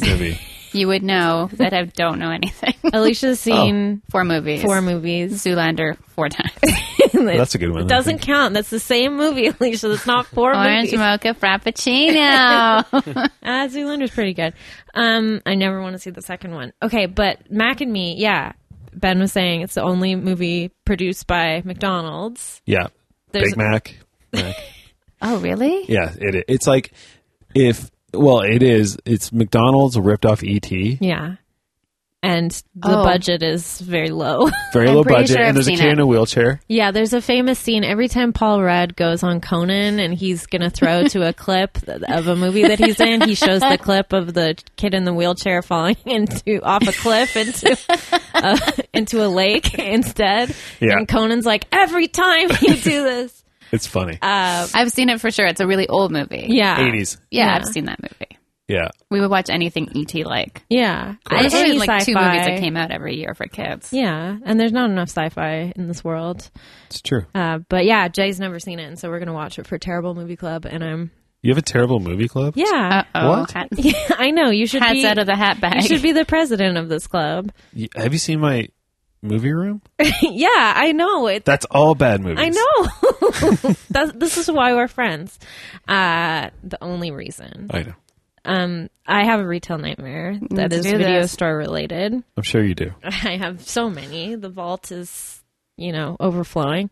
[SPEAKER 2] this-
[SPEAKER 3] movie.
[SPEAKER 2] you would know that I don't know anything.
[SPEAKER 1] Alicia's
[SPEAKER 3] Oh.
[SPEAKER 1] seen
[SPEAKER 2] four movies.
[SPEAKER 1] four movies.
[SPEAKER 2] Zoolander, four times.
[SPEAKER 3] That's a good one.
[SPEAKER 1] It doesn't count. That's the same movie, Alicia. That's not four
[SPEAKER 2] Orange
[SPEAKER 1] movies.
[SPEAKER 2] mocha frappuccino.
[SPEAKER 1] Ah, Zoolander's pretty good. Um, I never want to see the second one. Okay, but Mac and Me, yeah. Ben was saying it's the only movie produced by McDonald's.
[SPEAKER 3] Yeah.
[SPEAKER 1] There's-
[SPEAKER 3] Big Mac. Mac.
[SPEAKER 2] oh, really?
[SPEAKER 3] Yeah, it, it's like if well, it is. It's McDonald's ripped off E ET, very
[SPEAKER 1] Yeah. And the
[SPEAKER 2] Oh.
[SPEAKER 1] budget is very low.
[SPEAKER 2] I'm pretty
[SPEAKER 3] low budget,
[SPEAKER 2] sure I've
[SPEAKER 3] and there's a
[SPEAKER 2] seen
[SPEAKER 3] kid
[SPEAKER 2] it.
[SPEAKER 3] in a wheelchair.
[SPEAKER 1] Yeah, there's a famous scene every time Paul Rudd goes on Conan and he's going to throw to a clip th- of a movie that he's in. He shows the clip of the kid in the wheelchair falling into off a cliff into uh, into a lake instead.
[SPEAKER 3] Yeah.
[SPEAKER 1] And Conan's like, every time you do this,
[SPEAKER 3] It's funny.
[SPEAKER 2] Ah.
[SPEAKER 1] uh,
[SPEAKER 2] I've seen it for sure. It's a really old movie.
[SPEAKER 1] yeah,
[SPEAKER 3] Eighties,
[SPEAKER 2] Yeah,
[SPEAKER 1] Yeah.
[SPEAKER 2] I've seen that movie.
[SPEAKER 3] yeah.
[SPEAKER 2] We would watch anything ET like.
[SPEAKER 1] yeah,
[SPEAKER 2] There's
[SPEAKER 1] Any
[SPEAKER 2] only like two
[SPEAKER 1] sci-fi.
[SPEAKER 2] movies that came out every year for kids.
[SPEAKER 1] Yeah, and there's not enough sci-fi in this world.
[SPEAKER 3] It's true.
[SPEAKER 1] Uh, but yeah, Jay's never seen it, and so we're gonna watch it for Terrible Movie Club. And I'm
[SPEAKER 3] You have a terrible movie club.
[SPEAKER 1] yeah,
[SPEAKER 2] Uh-oh.
[SPEAKER 3] What?
[SPEAKER 2] Hat-
[SPEAKER 1] I know you should
[SPEAKER 2] hats
[SPEAKER 1] be
[SPEAKER 2] out of the hat
[SPEAKER 1] You
[SPEAKER 2] bag.
[SPEAKER 1] should be the president of this club.
[SPEAKER 3] Y- Have you seen my movie room?
[SPEAKER 1] yeah, I know. It,
[SPEAKER 3] That's all bad movies.
[SPEAKER 1] I know. That's, this is why we're friends. Uh, the only reason.
[SPEAKER 3] I know.
[SPEAKER 1] Um, I have a retail nightmare that
[SPEAKER 2] to
[SPEAKER 1] is
[SPEAKER 2] do
[SPEAKER 1] video
[SPEAKER 2] this.
[SPEAKER 1] store related.
[SPEAKER 3] I'm sure you do.
[SPEAKER 1] I have so many. The vault is, you know, overflowing.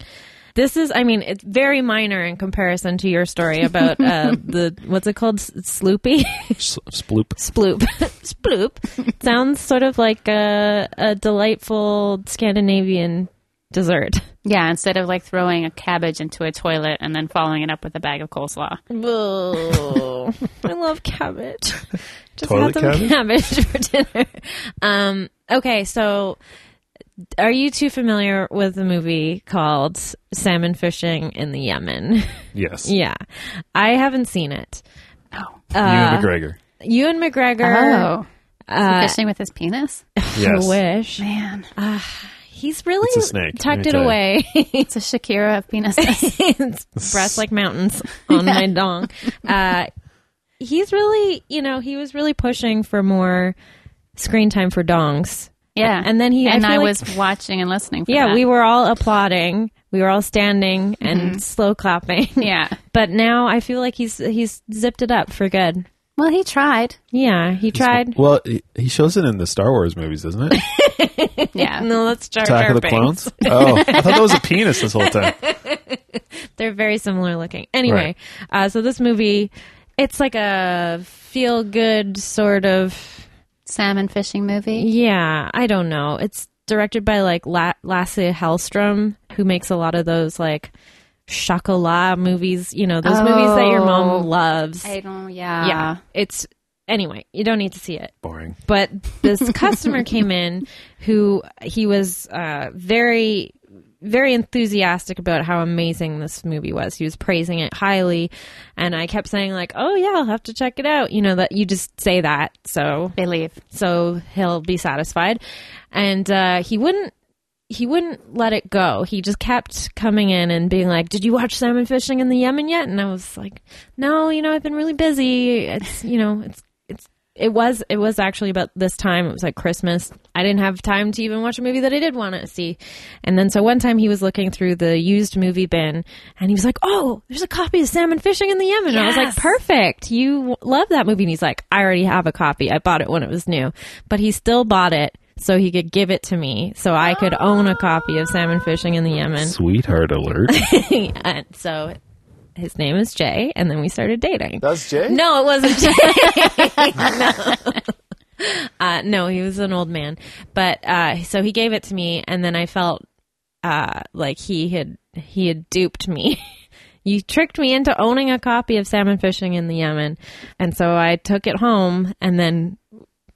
[SPEAKER 1] This is, I mean, it's very minor in comparison to your story about uh, the what's it called, S- Sloopy,
[SPEAKER 3] S- Sploop.
[SPEAKER 1] Sploop, Sploop. Sounds sort of like a, a delightful Scandinavian dessert.
[SPEAKER 2] Yeah, instead of like throwing a cabbage into a toilet and then following it up with a bag of coleslaw.
[SPEAKER 1] Whoa. I love cabbage. Just
[SPEAKER 3] Toilet
[SPEAKER 1] had some cabbage? for dinner. Um, okay, so are you too familiar with the movie called Salmon Fishing in the Yemen?
[SPEAKER 3] Yes.
[SPEAKER 1] yeah. I haven't seen it.
[SPEAKER 2] Oh.
[SPEAKER 3] Ewan McGregor.
[SPEAKER 1] Ewan McGregor.
[SPEAKER 2] Oh.
[SPEAKER 1] Uh,
[SPEAKER 2] Is he fishing with his penis?
[SPEAKER 3] Yes.
[SPEAKER 1] I wish.
[SPEAKER 2] Man.
[SPEAKER 1] He's really
[SPEAKER 3] It's a snake, let
[SPEAKER 1] tucked
[SPEAKER 3] me
[SPEAKER 1] it
[SPEAKER 3] tell you.
[SPEAKER 1] away.
[SPEAKER 2] It's a Shakira of penises.
[SPEAKER 1] it's breasts like mountains on my dong. Uh, he's really, you know, he was really pushing for more screen time for dongs.
[SPEAKER 2] yeah.
[SPEAKER 1] And then he- I
[SPEAKER 2] And
[SPEAKER 1] feel
[SPEAKER 2] I,
[SPEAKER 1] like-
[SPEAKER 2] was watching and listening for
[SPEAKER 1] Yeah,
[SPEAKER 2] that.
[SPEAKER 1] we were all applauding. We were all standing and
[SPEAKER 3] Mm-hmm.
[SPEAKER 1] slow clapping.
[SPEAKER 2] Yeah.
[SPEAKER 1] But now I feel like he's he's zipped it up for good.
[SPEAKER 2] Well, he tried.
[SPEAKER 1] Yeah, he tried.
[SPEAKER 3] Well, he- he shows it in the Star Wars movies, doesn't it?
[SPEAKER 2] Yeah.
[SPEAKER 1] No, let's Jar
[SPEAKER 3] Attack
[SPEAKER 1] Jar
[SPEAKER 3] of the
[SPEAKER 1] Binks.
[SPEAKER 3] Clones. Oh, I thought that was a penis this whole time.
[SPEAKER 1] They're very similar looking. Anyway, uh, so this movie, it's like a feel good sort of
[SPEAKER 2] Salmon fishing movie.
[SPEAKER 1] Yeah, I don't know. It's directed by like La- Lasse Hallström, who makes a lot of those like chocolat movies. You know, those movies that your
[SPEAKER 2] Oh.
[SPEAKER 1] mom loves.
[SPEAKER 2] I don't, yeah.
[SPEAKER 1] yeah, it's anyway. You don't need to see it.
[SPEAKER 3] Boring.
[SPEAKER 1] But this customer came in who he was uh, very. Very enthusiastic about how amazing this movie was. He was praising it highly, and I kept saying like, "Oh yeah, I'll have to check it out." You know that you just say that, so
[SPEAKER 2] They leave.
[SPEAKER 1] so he'll be satisfied and uh, he wouldn't he wouldn't let it go he just kept coming in and being like did you watch salmon fishing in the yemen yet and i was like no you know i've been really busy it's you know it's it's it was it was actually about this time it was like christmas i didn't have time to even watch a movie that i did want to see and then so one time he was looking through the used movie bin and he was like oh there's a copy of salmon fishing in the yemen and i was like
[SPEAKER 2] Yes.
[SPEAKER 1] perfect. You w- love that movie. And he's like, I already have a copy. I bought it when it was new, but he still bought it so he could give it to me so I could own a copy of Salmon Fishing in the Yemen.
[SPEAKER 3] Sweetheart alert.
[SPEAKER 1] and so his name is Jay. And then we started dating.
[SPEAKER 3] That's Jay.
[SPEAKER 1] No, it wasn't Jay. no. Uh, no, he was an old man. But uh, so he gave it to me, and then I felt uh, like he had he had duped me. you tricked me into owning a copy of Salmon Fishing in the Yemen, and so I took it home and then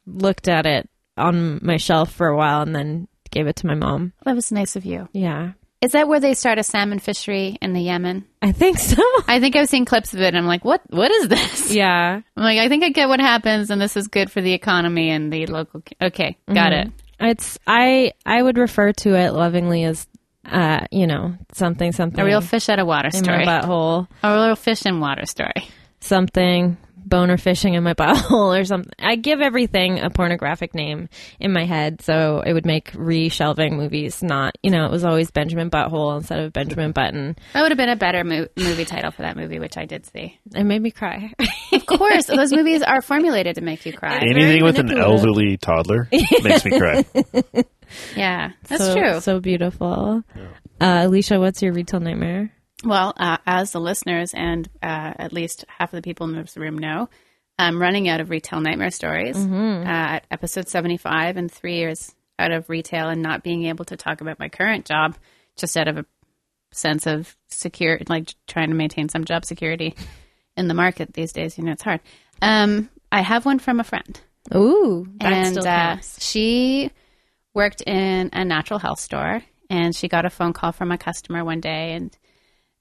[SPEAKER 1] looked at it on my shelf for a while, and then gave it to my mom.
[SPEAKER 2] That was nice of you.
[SPEAKER 1] Yeah,
[SPEAKER 2] Is that where they start a salmon fishery in the Yemen?
[SPEAKER 1] I think so.
[SPEAKER 2] I think I've seen clips of it and I'm like, what what is this?
[SPEAKER 1] yeah,
[SPEAKER 2] I'm like, I think I get what happens and this is good for the economy and the local Okay, got it.
[SPEAKER 1] It's I I would refer to it lovingly as uh, you know, something something
[SPEAKER 2] A real fish out of water
[SPEAKER 1] in my
[SPEAKER 2] story.
[SPEAKER 1] butthole,
[SPEAKER 2] A real fish in water story.
[SPEAKER 1] something boner fishing in my butthole or something. I give everything a pornographic name in my head, so it would make reshelving movies not, you know, it was always Benjamin Butthole instead of Benjamin Button.
[SPEAKER 2] That would have been a better mo- movie title for that movie, which I did see.
[SPEAKER 1] It made me cry.
[SPEAKER 2] Of course, those movies are formulated to make you cry.
[SPEAKER 3] Anything with an
[SPEAKER 1] manipulative.
[SPEAKER 3] elderly toddler makes me cry.
[SPEAKER 2] Yeah, that's
[SPEAKER 1] so,
[SPEAKER 2] true.
[SPEAKER 1] So beautiful. Uh, Alicia, what's your retail nightmare?
[SPEAKER 2] Well, uh, as the listeners and uh, at least half of the people in this room know, I'm running out of retail nightmare stories uh, at episode 75 and three years out of retail and not being able to talk about my current job just out of a sense of secure, like trying to maintain some job security in the market these days. You know, it's hard. Um, I have one from a friend
[SPEAKER 1] Ooh, that
[SPEAKER 2] and
[SPEAKER 1] still
[SPEAKER 2] uh,
[SPEAKER 1] counts.
[SPEAKER 2] she worked in a natural health store and she got a phone call from a customer one day and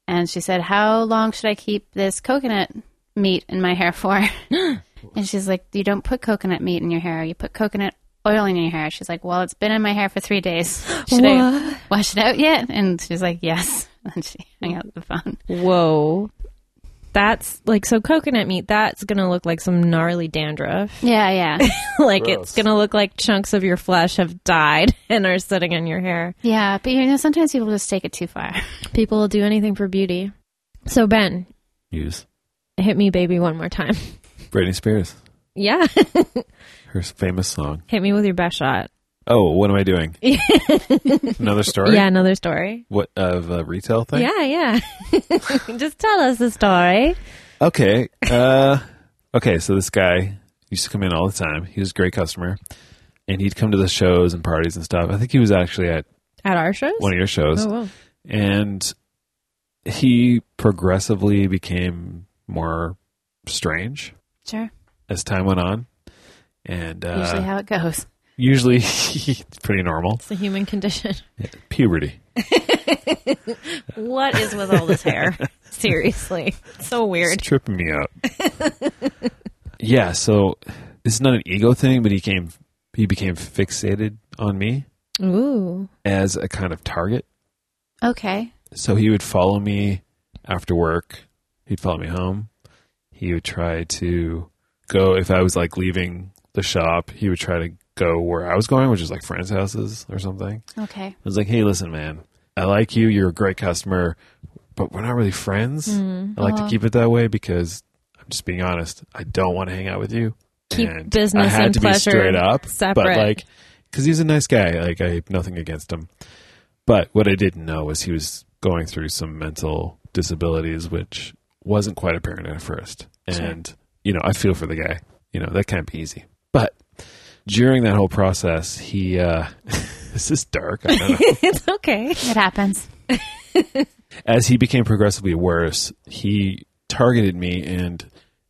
[SPEAKER 2] and she said how long should i keep this coconut meat in my hair for and she's like you don't put coconut meat in your hair you put coconut oil in your hair she's like well it's been in my hair for three days should i wash it out yet and she's like yes and she hung up the phone
[SPEAKER 1] Whoa. That's like so coconut meat, that's gonna look like some gnarly dandruff.
[SPEAKER 2] yeah yeah
[SPEAKER 1] like
[SPEAKER 3] Gross.
[SPEAKER 1] it's gonna look like chunks of your flesh have died and are sitting in your hair.
[SPEAKER 2] yeah but you know sometimes people just take it too far
[SPEAKER 1] People will do anything for beauty. So Ben,
[SPEAKER 3] Use.
[SPEAKER 1] hit me baby one more time.
[SPEAKER 3] Britney Spears,
[SPEAKER 1] Yeah.
[SPEAKER 3] her famous song.
[SPEAKER 1] Hit me with your best shot.
[SPEAKER 3] Oh, what am I doing? Another story?
[SPEAKER 1] Yeah, another story.
[SPEAKER 3] What of a retail thing?
[SPEAKER 1] Yeah, yeah. Just tell us the story.
[SPEAKER 3] Okay. Uh, okay. So this guy used to come in all the time. He was a great customer, and he'd come to the shows and parties and stuff. I think he was actually at
[SPEAKER 1] At our shows?
[SPEAKER 3] one of your shows,
[SPEAKER 1] Oh, wow.
[SPEAKER 3] and he progressively became more strange
[SPEAKER 2] Sure.
[SPEAKER 3] as time went on. And uh,
[SPEAKER 2] Usually how it goes.
[SPEAKER 3] usually, it's pretty normal.
[SPEAKER 1] It's the human condition.
[SPEAKER 3] Puberty.
[SPEAKER 1] What is with all this hair? Seriously. It's so weird.
[SPEAKER 3] It's tripping me out. yeah, so this is not an ego thing, but he came he became fixated on me
[SPEAKER 1] Ooh.
[SPEAKER 3] as a kind of target.
[SPEAKER 2] Okay.
[SPEAKER 3] So he would follow me after work. He'd follow me home. He would try to go if I was like leaving the shop, he would try to go where I was going, which is like friends' houses or something.
[SPEAKER 2] Okay.
[SPEAKER 3] I was like, "Hey, listen, man, I like you. You're a great customer, but we're not really friends.
[SPEAKER 1] Mm-hmm.
[SPEAKER 3] I like
[SPEAKER 1] Uh-huh.
[SPEAKER 3] to keep it that way because I'm just being honest. I don't want to hang out with you.
[SPEAKER 1] Keep
[SPEAKER 3] And
[SPEAKER 1] business
[SPEAKER 3] I had
[SPEAKER 1] and
[SPEAKER 3] to
[SPEAKER 1] pleasure
[SPEAKER 3] be straight up,
[SPEAKER 1] separate.
[SPEAKER 3] but like, because he's a nice guy. Like, I have nothing against him. But what I didn't know was he was going through some mental disabilities, which wasn't quite apparent at first. And you know, I feel for the guy. You know, that can't be easy. But during that whole process, he uh, this is dark. I don't know.
[SPEAKER 1] it's okay.
[SPEAKER 2] It happens.
[SPEAKER 3] as he became progressively worse, he targeted me and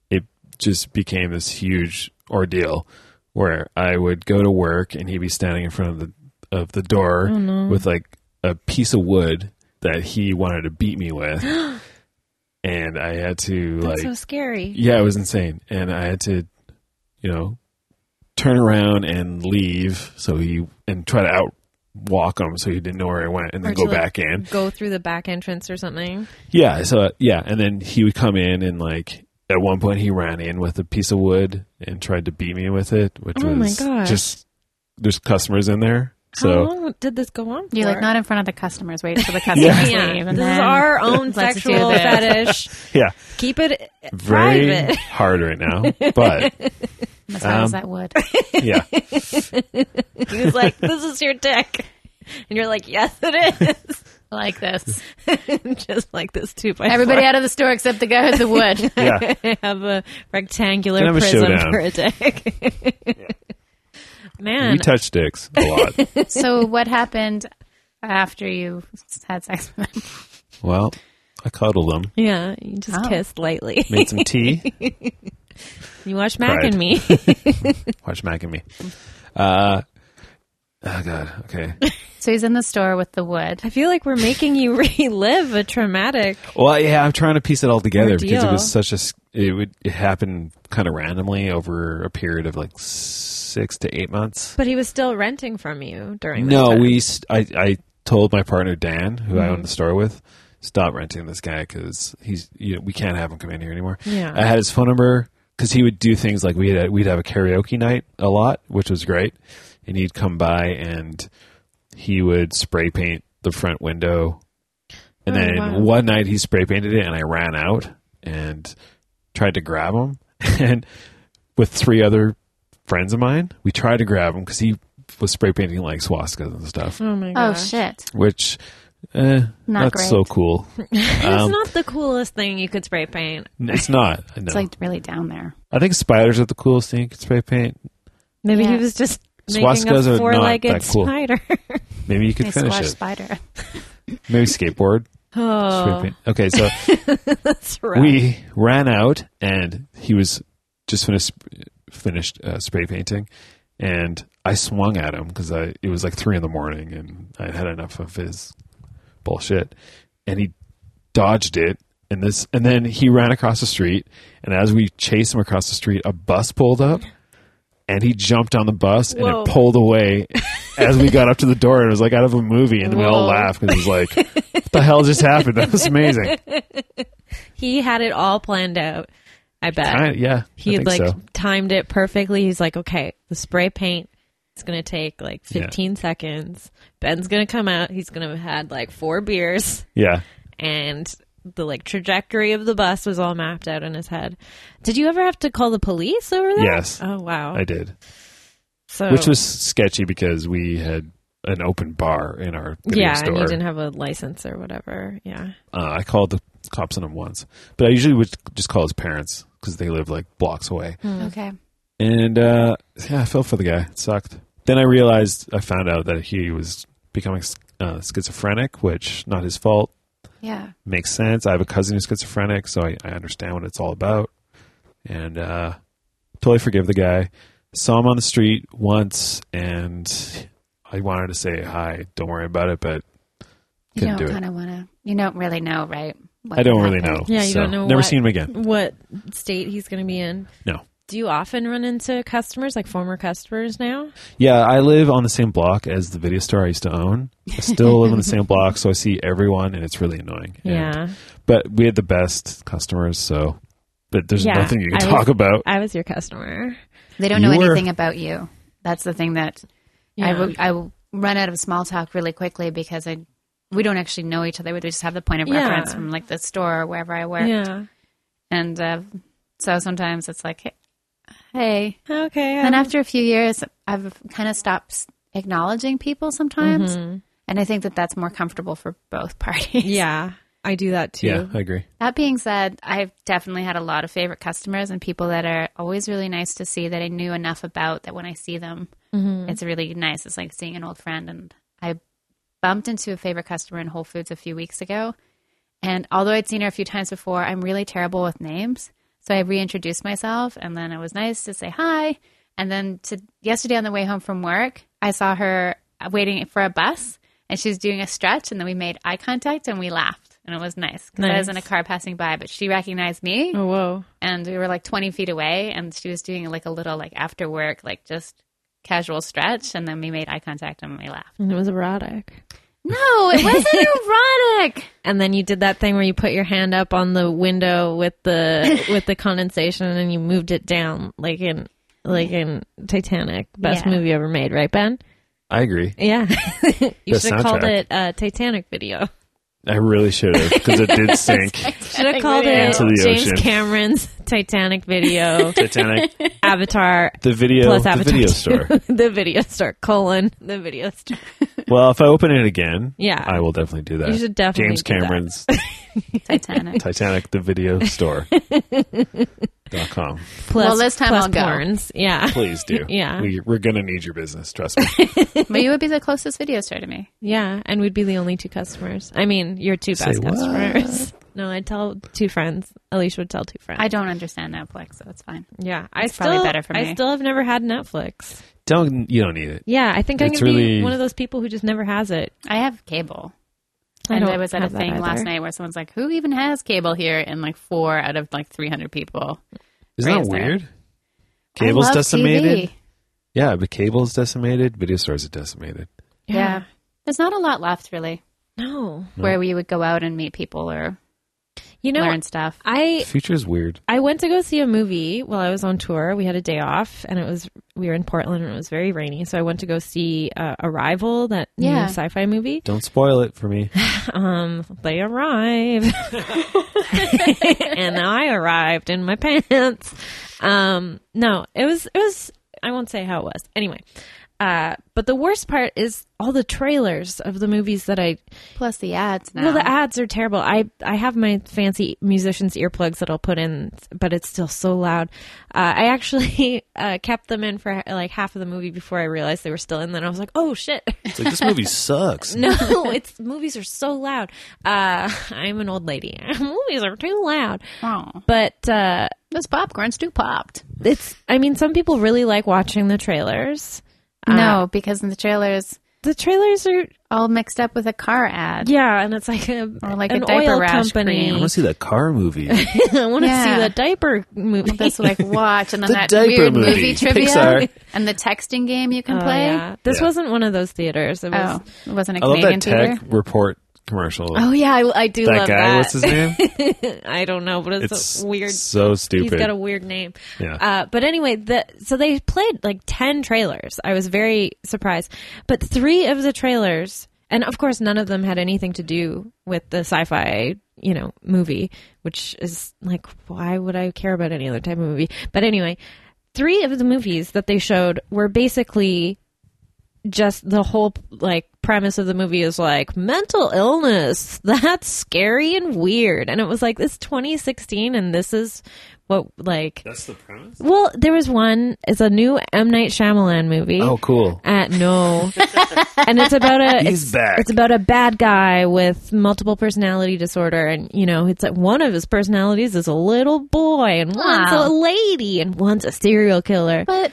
[SPEAKER 3] it just became this huge ordeal where I would go to work and he'd be standing in front of the of the door
[SPEAKER 1] Oh,
[SPEAKER 3] with like a piece of wood that he wanted to beat me with. and I had to
[SPEAKER 1] That's
[SPEAKER 3] like
[SPEAKER 1] so scary.
[SPEAKER 3] yeah, it was insane. And I had to, you know, turn around and leave so he and try to out walk him so he didn't know where I went and then
[SPEAKER 1] Or
[SPEAKER 3] go
[SPEAKER 1] to, like,
[SPEAKER 3] back in.
[SPEAKER 1] Go through the back entrance or something.
[SPEAKER 3] Yeah. So uh, yeah, and then he would come in and like at one point he ran in with a piece of wood and tried to beat me with it, which
[SPEAKER 1] Oh my
[SPEAKER 3] was
[SPEAKER 1] gosh.
[SPEAKER 3] just there's customers in there.
[SPEAKER 1] How
[SPEAKER 3] So
[SPEAKER 1] long did this go on for?
[SPEAKER 2] You're like not in front of the customers. Wait for the customers
[SPEAKER 1] yeah,
[SPEAKER 2] leave.
[SPEAKER 1] this
[SPEAKER 2] And
[SPEAKER 1] is
[SPEAKER 2] then-
[SPEAKER 1] our own
[SPEAKER 2] let's do
[SPEAKER 1] sexual
[SPEAKER 2] this.
[SPEAKER 1] fetish.
[SPEAKER 3] yeah,
[SPEAKER 1] Keep it
[SPEAKER 3] very
[SPEAKER 1] private.
[SPEAKER 3] hard right now, but
[SPEAKER 2] As hard as
[SPEAKER 3] Um,
[SPEAKER 2] that would.
[SPEAKER 3] yeah,
[SPEAKER 1] He was like, "This is your dick," and you're like, "Yes, it
[SPEAKER 2] like this.
[SPEAKER 1] is." Just like this two by
[SPEAKER 2] Everybody out of the store except the guy with the wood.
[SPEAKER 3] yeah.
[SPEAKER 1] four. have a rectangular
[SPEAKER 3] Can I have a
[SPEAKER 1] prism
[SPEAKER 3] showdown?
[SPEAKER 1] for a dick. Man,
[SPEAKER 3] We touch dicks a lot.
[SPEAKER 2] so what happened after you had sex with him?
[SPEAKER 3] well, I cuddled them,
[SPEAKER 1] yeah, you just
[SPEAKER 2] Oh.
[SPEAKER 1] kissed lightly.
[SPEAKER 3] made some tea.
[SPEAKER 1] You watch Mac
[SPEAKER 3] Cried.
[SPEAKER 1] and me.
[SPEAKER 3] Watch Mac and me. Uh, oh God. Okay.
[SPEAKER 2] So he's in the store with the wood.
[SPEAKER 1] I feel like we're making you relive a traumatic.
[SPEAKER 3] Well, yeah, I'm trying to piece it all together because it
[SPEAKER 1] Ordeal.
[SPEAKER 3] was such a s- it would it happened kind of randomly over a period of like six to eight months.
[SPEAKER 1] But he was still renting from you during. that
[SPEAKER 3] No,
[SPEAKER 1] time. Mm-hmm.
[SPEAKER 3] we s- I I told my partner Dan, who I own the store with, stop renting this guy because he's you know, we can't have him come in here anymore.
[SPEAKER 1] Yeah.
[SPEAKER 3] I had his phone number because he would do things like we would we'd have a karaoke night a lot, which was great, and he'd come by and he would spray paint the front window. And
[SPEAKER 1] Oh,
[SPEAKER 3] then
[SPEAKER 1] wow.
[SPEAKER 3] one night he spray painted it, and I ran out and tried to grab him, and with three other friends of mine, we tried to grab him because he was spray painting like swastikas and stuff,
[SPEAKER 1] Oh my
[SPEAKER 2] Oh
[SPEAKER 1] gosh!
[SPEAKER 2] shit.
[SPEAKER 3] which eh, not,
[SPEAKER 2] great.
[SPEAKER 3] so cool.
[SPEAKER 1] it's
[SPEAKER 3] Um,
[SPEAKER 1] not the coolest thing you could spray paint.
[SPEAKER 3] it's not. I, know.
[SPEAKER 2] It's like really down there.
[SPEAKER 3] I think spiders are the coolest thing you can spray paint.
[SPEAKER 1] Maybe he
[SPEAKER 2] Yeah.
[SPEAKER 1] was just making
[SPEAKER 3] Swastikas are
[SPEAKER 1] a
[SPEAKER 3] not
[SPEAKER 1] four-legged
[SPEAKER 3] that cool.
[SPEAKER 1] spider.
[SPEAKER 3] Maybe you could
[SPEAKER 2] They
[SPEAKER 3] finish
[SPEAKER 2] squash
[SPEAKER 3] it.
[SPEAKER 2] spider.
[SPEAKER 3] Maybe skateboard. Spray
[SPEAKER 1] oh,
[SPEAKER 3] paint. Okay, so
[SPEAKER 1] that's right.
[SPEAKER 3] we ran out, and he was just finished finished uh, spray painting, and I swung at him because I it was like three in the morning, and I had enough of his bullshit, and he dodged it. And this, and then he ran across the street, and as we chased him across the street, a bus pulled up, and he jumped on the bus,
[SPEAKER 1] Whoa.
[SPEAKER 3] and it pulled away as we got up to the door, and it was like out of a movie, and we all
[SPEAKER 2] Whoa.
[SPEAKER 3] laughed because it was like, "What the hell just happened? That was amazing."
[SPEAKER 1] he had it all planned out. I bet
[SPEAKER 3] I, yeah,
[SPEAKER 1] he
[SPEAKER 3] I
[SPEAKER 1] had
[SPEAKER 3] think
[SPEAKER 1] like
[SPEAKER 3] so.
[SPEAKER 1] timed it perfectly. He's like, okay, the spray paint is gonna take like 15 seconds. Ben's gonna come out. He's gonna have had like four beers,
[SPEAKER 3] Yeah.
[SPEAKER 1] and the like trajectory of the bus was all mapped out in his head. Did you ever have to call the police over that?
[SPEAKER 3] Yes.
[SPEAKER 1] Oh wow.
[SPEAKER 3] I did,
[SPEAKER 1] so
[SPEAKER 3] which was sketchy because we had an open bar in our video
[SPEAKER 1] yeah,
[SPEAKER 3] store.
[SPEAKER 1] and you didn't have a license or whatever. Yeah.
[SPEAKER 3] uh, I called the cops on him once, but I usually would just call his parents because they live like blocks away.
[SPEAKER 1] Hmm.
[SPEAKER 2] Okay.
[SPEAKER 3] And uh, yeah, I felt for the guy. It sucked. Then I realized I found out that he was becoming uh, schizophrenic, which not his fault.
[SPEAKER 2] Yeah.
[SPEAKER 3] Makes sense. I have a cousin who's schizophrenic, so I, I understand what it's all about. And uh, totally forgive the guy. Saw him on the street once, and I wanted to say hi. Don't worry about it, but
[SPEAKER 2] You
[SPEAKER 3] Couldn't
[SPEAKER 2] don't
[SPEAKER 3] do it.
[SPEAKER 2] kind of want to. You don't really know, right? what
[SPEAKER 3] I don't really know.
[SPEAKER 2] happened.
[SPEAKER 1] Yeah, you
[SPEAKER 3] so,
[SPEAKER 1] don't know
[SPEAKER 3] Never
[SPEAKER 1] what-
[SPEAKER 3] seen him again.
[SPEAKER 1] What state he's going to be in?
[SPEAKER 3] No.
[SPEAKER 1] Do you often run into customers like former customers now?
[SPEAKER 3] Yeah, I live on the same block as the video store I used to own. I still live on the same block, so I see everyone, and it's really annoying. And-
[SPEAKER 1] yeah.
[SPEAKER 3] but we had the best customers, so. But there's
[SPEAKER 1] Yeah,
[SPEAKER 3] nothing you can
[SPEAKER 1] I
[SPEAKER 3] talk
[SPEAKER 1] was-
[SPEAKER 3] about.
[SPEAKER 1] I was your customer.
[SPEAKER 2] They don't know
[SPEAKER 3] You were-
[SPEAKER 2] anything about you. That's the thing that I
[SPEAKER 1] Yeah.
[SPEAKER 2] will- I will run out of small talk really quickly because I we don't actually know each other. We just have the point of
[SPEAKER 1] Yeah.
[SPEAKER 2] reference from like the store or wherever I work.
[SPEAKER 1] Yeah.
[SPEAKER 2] And uh, so sometimes it's like, hey, hey.
[SPEAKER 1] Okay.
[SPEAKER 2] And after a few years, I've kind of stopped acknowledging people sometimes. And I think that that's more comfortable for both parties.
[SPEAKER 1] Mm-hmm. yeah. I do that too.
[SPEAKER 3] Yeah, I agree.
[SPEAKER 2] That being said, I've definitely had a lot of favorite customers and people that are always really nice to see that I knew enough about that when I see them, it's really nice. It's like seeing an old friend. And I bumped into a favorite customer in Whole Foods a few weeks ago. And although I'd seen her a few times before, I'm really terrible with names. So I reintroduced myself and then it was nice to say hi. And then to yesterday on the way home from work, I saw her waiting for a bus and she's doing a stretch and then we made eye contact and we laughed and it was nice because I was in a
[SPEAKER 1] Nice.
[SPEAKER 2] car passing by, but she recognized me
[SPEAKER 1] Oh whoa.
[SPEAKER 2] and we were like 20 feet away and she was doing like a little like after work, like just casual stretch. And then we made eye contact and we laughed.
[SPEAKER 1] And it was erotic.
[SPEAKER 2] No, it wasn't erotic.
[SPEAKER 1] And then you did that thing where you put your hand up on the window with the with the condensation and you moved it down like in like in Titanic, best
[SPEAKER 2] Yeah.
[SPEAKER 1] movie ever made, right Ben?
[SPEAKER 3] I agree.
[SPEAKER 1] Yeah. you
[SPEAKER 3] The
[SPEAKER 1] should have called
[SPEAKER 3] soundtrack.
[SPEAKER 1] it uh, Titanic video.
[SPEAKER 3] I really should have because it did sink.
[SPEAKER 1] Should have called it
[SPEAKER 3] Into the
[SPEAKER 1] James
[SPEAKER 3] ocean.
[SPEAKER 1] Cameron's Titanic video,
[SPEAKER 3] Titanic,
[SPEAKER 1] Avatar,
[SPEAKER 3] the video,
[SPEAKER 1] Plus
[SPEAKER 3] the
[SPEAKER 1] Avatar
[SPEAKER 3] video
[SPEAKER 1] two.
[SPEAKER 3] store.
[SPEAKER 1] the video store colon the video store.
[SPEAKER 3] Well, if I open it again,
[SPEAKER 1] Yeah.
[SPEAKER 3] I will definitely do that.
[SPEAKER 1] You should definitely
[SPEAKER 3] James
[SPEAKER 1] do that.
[SPEAKER 3] Cameron's
[SPEAKER 2] Titanic.
[SPEAKER 3] Titanic, the video store. dot com.
[SPEAKER 1] Plus,
[SPEAKER 2] Well, this time
[SPEAKER 1] plus
[SPEAKER 2] I'll go.
[SPEAKER 1] porns. Yeah,
[SPEAKER 3] Please do.
[SPEAKER 1] Yeah.
[SPEAKER 3] we, we're gonna need your business. Trust me.
[SPEAKER 2] but you would be the closest video store to me.
[SPEAKER 1] yeah, and we'd be the only two customers. I mean, your two
[SPEAKER 3] Say
[SPEAKER 1] best
[SPEAKER 3] what?
[SPEAKER 1] customers. No, I'd tell two friends. Alicia would tell two friends.
[SPEAKER 2] I don't understand Netflix, so it's fine.
[SPEAKER 1] yeah, I
[SPEAKER 2] It's
[SPEAKER 1] still.
[SPEAKER 2] probably better for
[SPEAKER 1] I
[SPEAKER 2] me.
[SPEAKER 1] still have never had Netflix.
[SPEAKER 3] Don't you don't need it.
[SPEAKER 1] Yeah, I think I'm
[SPEAKER 3] It's
[SPEAKER 1] gonna
[SPEAKER 3] really-
[SPEAKER 1] be one of those people who just never has it.
[SPEAKER 2] I have cable.
[SPEAKER 1] I
[SPEAKER 2] and
[SPEAKER 1] don't
[SPEAKER 2] I was at a
[SPEAKER 1] have that
[SPEAKER 2] thing
[SPEAKER 1] either.
[SPEAKER 2] last night where someone's like, "Who even has cable here?" And like four out of like three hundred people.
[SPEAKER 3] Isn't that
[SPEAKER 2] Raise that.
[SPEAKER 3] weird?
[SPEAKER 2] I
[SPEAKER 3] Cable's
[SPEAKER 2] love
[SPEAKER 3] decimated.
[SPEAKER 2] TV.
[SPEAKER 3] Yeah, but cable's decimated. Video stores are decimated.
[SPEAKER 2] Yeah. there's not a lot left really
[SPEAKER 1] No,
[SPEAKER 2] where we would go out and meet people or
[SPEAKER 1] you know,
[SPEAKER 2] learn stuff.
[SPEAKER 1] I
[SPEAKER 3] The future is weird.
[SPEAKER 1] I went to go see a movie while I was on tour. We had a day off, and it was we were in Portland, and it was very rainy. So I went to go see uh, Arrival, that new
[SPEAKER 2] Yeah.
[SPEAKER 1] sci-fi movie.
[SPEAKER 3] Don't spoil it for me.
[SPEAKER 1] Um, they arrive, and I arrived in my pants. Um, no, it was it was. I won't say how it was. Anyway, uh, but the worst part is all the trailers of the movies that I
[SPEAKER 2] Plus the ads now.
[SPEAKER 1] well, the ads are terrible. I I have my fancy musicians earplugs that I'll put in, but it's still so loud. Uh, I actually uh, kept them in for like half of the movie before I realized they were still in. Then I was like, oh shit,
[SPEAKER 3] It's like this movie sucks.
[SPEAKER 1] no, it's movies are so loud. Uh, I'm an old lady. movies are too loud.
[SPEAKER 2] oh,
[SPEAKER 1] But uh,
[SPEAKER 2] those popcorns too popped.
[SPEAKER 1] it's. I mean, some people really like watching the trailers. Uh,
[SPEAKER 2] no, because in the trailers
[SPEAKER 1] The trailers are
[SPEAKER 2] all mixed up with a car ad.
[SPEAKER 1] yeah, and it's like a
[SPEAKER 2] Or like a
[SPEAKER 1] an
[SPEAKER 2] diaper
[SPEAKER 1] oil
[SPEAKER 2] rash
[SPEAKER 1] company.
[SPEAKER 2] cream.
[SPEAKER 3] I want to see that car movie.
[SPEAKER 1] I want to
[SPEAKER 2] Yeah.
[SPEAKER 1] see the diaper movie.
[SPEAKER 2] That's like watch and then
[SPEAKER 3] The
[SPEAKER 2] that
[SPEAKER 3] diaper
[SPEAKER 2] weird
[SPEAKER 3] movie.
[SPEAKER 2] movie, trivia
[SPEAKER 3] Pixar.
[SPEAKER 2] and the texting game you can
[SPEAKER 1] Oh,
[SPEAKER 2] play.
[SPEAKER 1] yeah. This
[SPEAKER 3] Yeah.
[SPEAKER 1] wasn't one of those theaters. It was
[SPEAKER 2] Oh, it wasn't a
[SPEAKER 3] I love
[SPEAKER 2] Canadian
[SPEAKER 3] that
[SPEAKER 2] theater.
[SPEAKER 3] tech report commercial.
[SPEAKER 1] Oh yeah, I, I do love
[SPEAKER 3] that guy,
[SPEAKER 1] that.
[SPEAKER 3] what's his name?
[SPEAKER 1] I don't know, but it's,
[SPEAKER 3] It's
[SPEAKER 1] a weird.
[SPEAKER 3] So
[SPEAKER 1] He's
[SPEAKER 3] stupid.
[SPEAKER 1] got a weird name.
[SPEAKER 3] Yeah.
[SPEAKER 1] Uh, but anyway, the so they played like ten trailers. I was very surprised, but three of the trailers And of course, none of them had anything to do with the sci-fi, you know, movie, which is like, why would I care about any other type of movie? But anyway, three of the movies that they showed were basically just the whole like premise of the movie is like mental illness that's scary and weird and it was like this 2016 and this is what like
[SPEAKER 3] That's the premise.
[SPEAKER 1] well there was one it's a new M Night Shyamalan movie
[SPEAKER 3] Oh, cool.
[SPEAKER 1] uh, no, and it's about a
[SPEAKER 3] He's
[SPEAKER 1] it's,
[SPEAKER 3] back.
[SPEAKER 1] it's about a bad guy with multiple personality disorder, and you know, it's like one of his personalities is a little boy, and one's
[SPEAKER 2] Wow.
[SPEAKER 1] a lady, and one's a serial killer.
[SPEAKER 2] But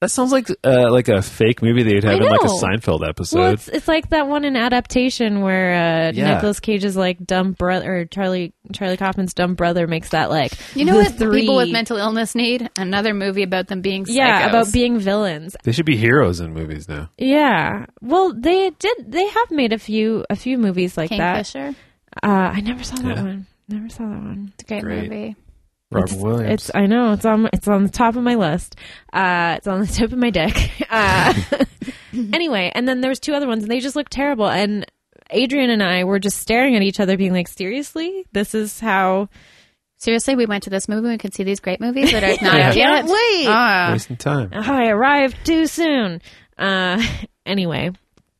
[SPEAKER 3] That sounds like uh, like a fake movie they'd have in like a
[SPEAKER 1] know.
[SPEAKER 3] Seinfeld episode.
[SPEAKER 1] Well, it's, it's like that one in adaptation where uh,
[SPEAKER 3] Yeah.
[SPEAKER 1] Nicholas Cage's like dumb brother, or Charlie Charlie Kaufman's dumb brother makes that like
[SPEAKER 2] you know
[SPEAKER 1] the
[SPEAKER 2] what
[SPEAKER 1] three,
[SPEAKER 2] people with mental illness need? Another movie about them being psychos.
[SPEAKER 1] yeah about being villains.
[SPEAKER 3] they should be heroes in movies now.
[SPEAKER 1] Yeah, well they did they have made a few a few movies like that.
[SPEAKER 2] Kingfisher.
[SPEAKER 1] Uh, I never saw that
[SPEAKER 3] Yeah.
[SPEAKER 1] one. Never saw that one.
[SPEAKER 2] It's a great,
[SPEAKER 3] Great.
[SPEAKER 2] movie.
[SPEAKER 3] Robert
[SPEAKER 1] it's,
[SPEAKER 3] Williams.
[SPEAKER 1] It's I know it's on it's on the top of my list. Uh, it's on the tip of my dick. Uh, anyway, and then there was two other ones, and they just looked terrible. And Adrian and I were just staring at each other, being like, "Seriously, this is how
[SPEAKER 2] Seriously, we went to this movie. We could see these great movies that are not
[SPEAKER 3] Yeah.
[SPEAKER 2] out yet.
[SPEAKER 1] Can't wait.
[SPEAKER 2] Ah.
[SPEAKER 3] Wasting time.
[SPEAKER 1] oh, I arrived too soon." Uh, anyway,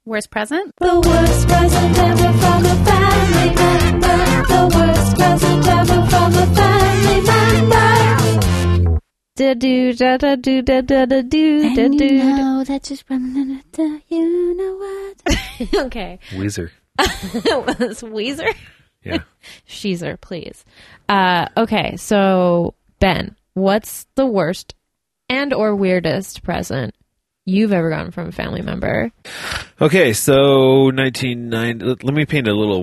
[SPEAKER 2] worst present?
[SPEAKER 4] The worst present ever from a family member. The worst present ever from a family member.
[SPEAKER 1] da do da da do da da da do da do.
[SPEAKER 4] know that just running
[SPEAKER 1] uh,
[SPEAKER 4] after you know what.
[SPEAKER 1] Okay,
[SPEAKER 3] Weezer.
[SPEAKER 1] that was Weezer.
[SPEAKER 3] Yeah.
[SPEAKER 1] Sheezer, please. Uh, okay, so Ben, what's the worst and or weirdest present you've ever gotten from a family member?
[SPEAKER 3] okay, so 1990. Let, let me paint a little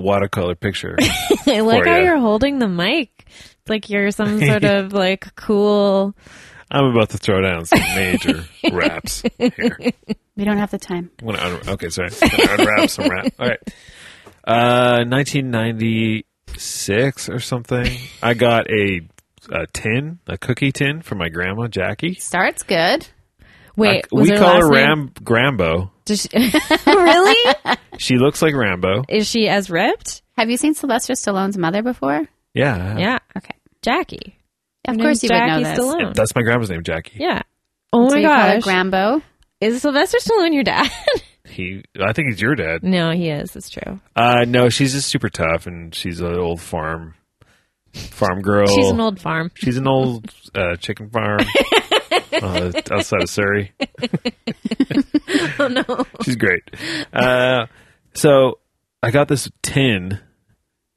[SPEAKER 3] watercolor picture.
[SPEAKER 1] I like
[SPEAKER 3] For
[SPEAKER 1] how
[SPEAKER 3] ya.
[SPEAKER 1] you're holding the mic. It's like you're some sort of like cool.
[SPEAKER 3] I'm about to throw down some major raps here.
[SPEAKER 2] We don't have the time.
[SPEAKER 3] I'm gonna un- okay, sorry. I'm gonna unwrap some rap. All right. Uh, 1996 or something. I got a, a tin, a cookie tin from my grandma Jackie.
[SPEAKER 2] Starts good.
[SPEAKER 1] Wait,
[SPEAKER 3] I-
[SPEAKER 1] was
[SPEAKER 3] we
[SPEAKER 1] her
[SPEAKER 3] call
[SPEAKER 1] last
[SPEAKER 3] her
[SPEAKER 1] name-
[SPEAKER 3] Ram Grambo.
[SPEAKER 1] Does she- really?
[SPEAKER 3] She looks like Rambo.
[SPEAKER 1] Is she as ripped?
[SPEAKER 2] Have you seen Sylvester Stallone's mother before?
[SPEAKER 3] Yeah,
[SPEAKER 1] Yeah,
[SPEAKER 2] Okay.
[SPEAKER 1] Jackie.
[SPEAKER 2] Of
[SPEAKER 1] Her name's
[SPEAKER 2] course you
[SPEAKER 1] Jackie
[SPEAKER 2] would know this.
[SPEAKER 1] Stallone.
[SPEAKER 3] That's my grandma's name, Jackie.
[SPEAKER 1] Oh. Yeah. Oh
[SPEAKER 2] so
[SPEAKER 1] my
[SPEAKER 2] you call
[SPEAKER 1] gosh.
[SPEAKER 2] it Grambo.
[SPEAKER 1] is Sylvester Stallone your dad?
[SPEAKER 3] He, I think he's your dad.
[SPEAKER 1] no, he is. It's true.
[SPEAKER 3] Uh, no, she's just super tough, and she's an old farm farm girl.
[SPEAKER 1] She's an old farm.
[SPEAKER 3] She's an old uh, chicken farm uh, outside of Surrey. oh
[SPEAKER 1] Oh,
[SPEAKER 3] no, she's great. Uh, so I got this tin,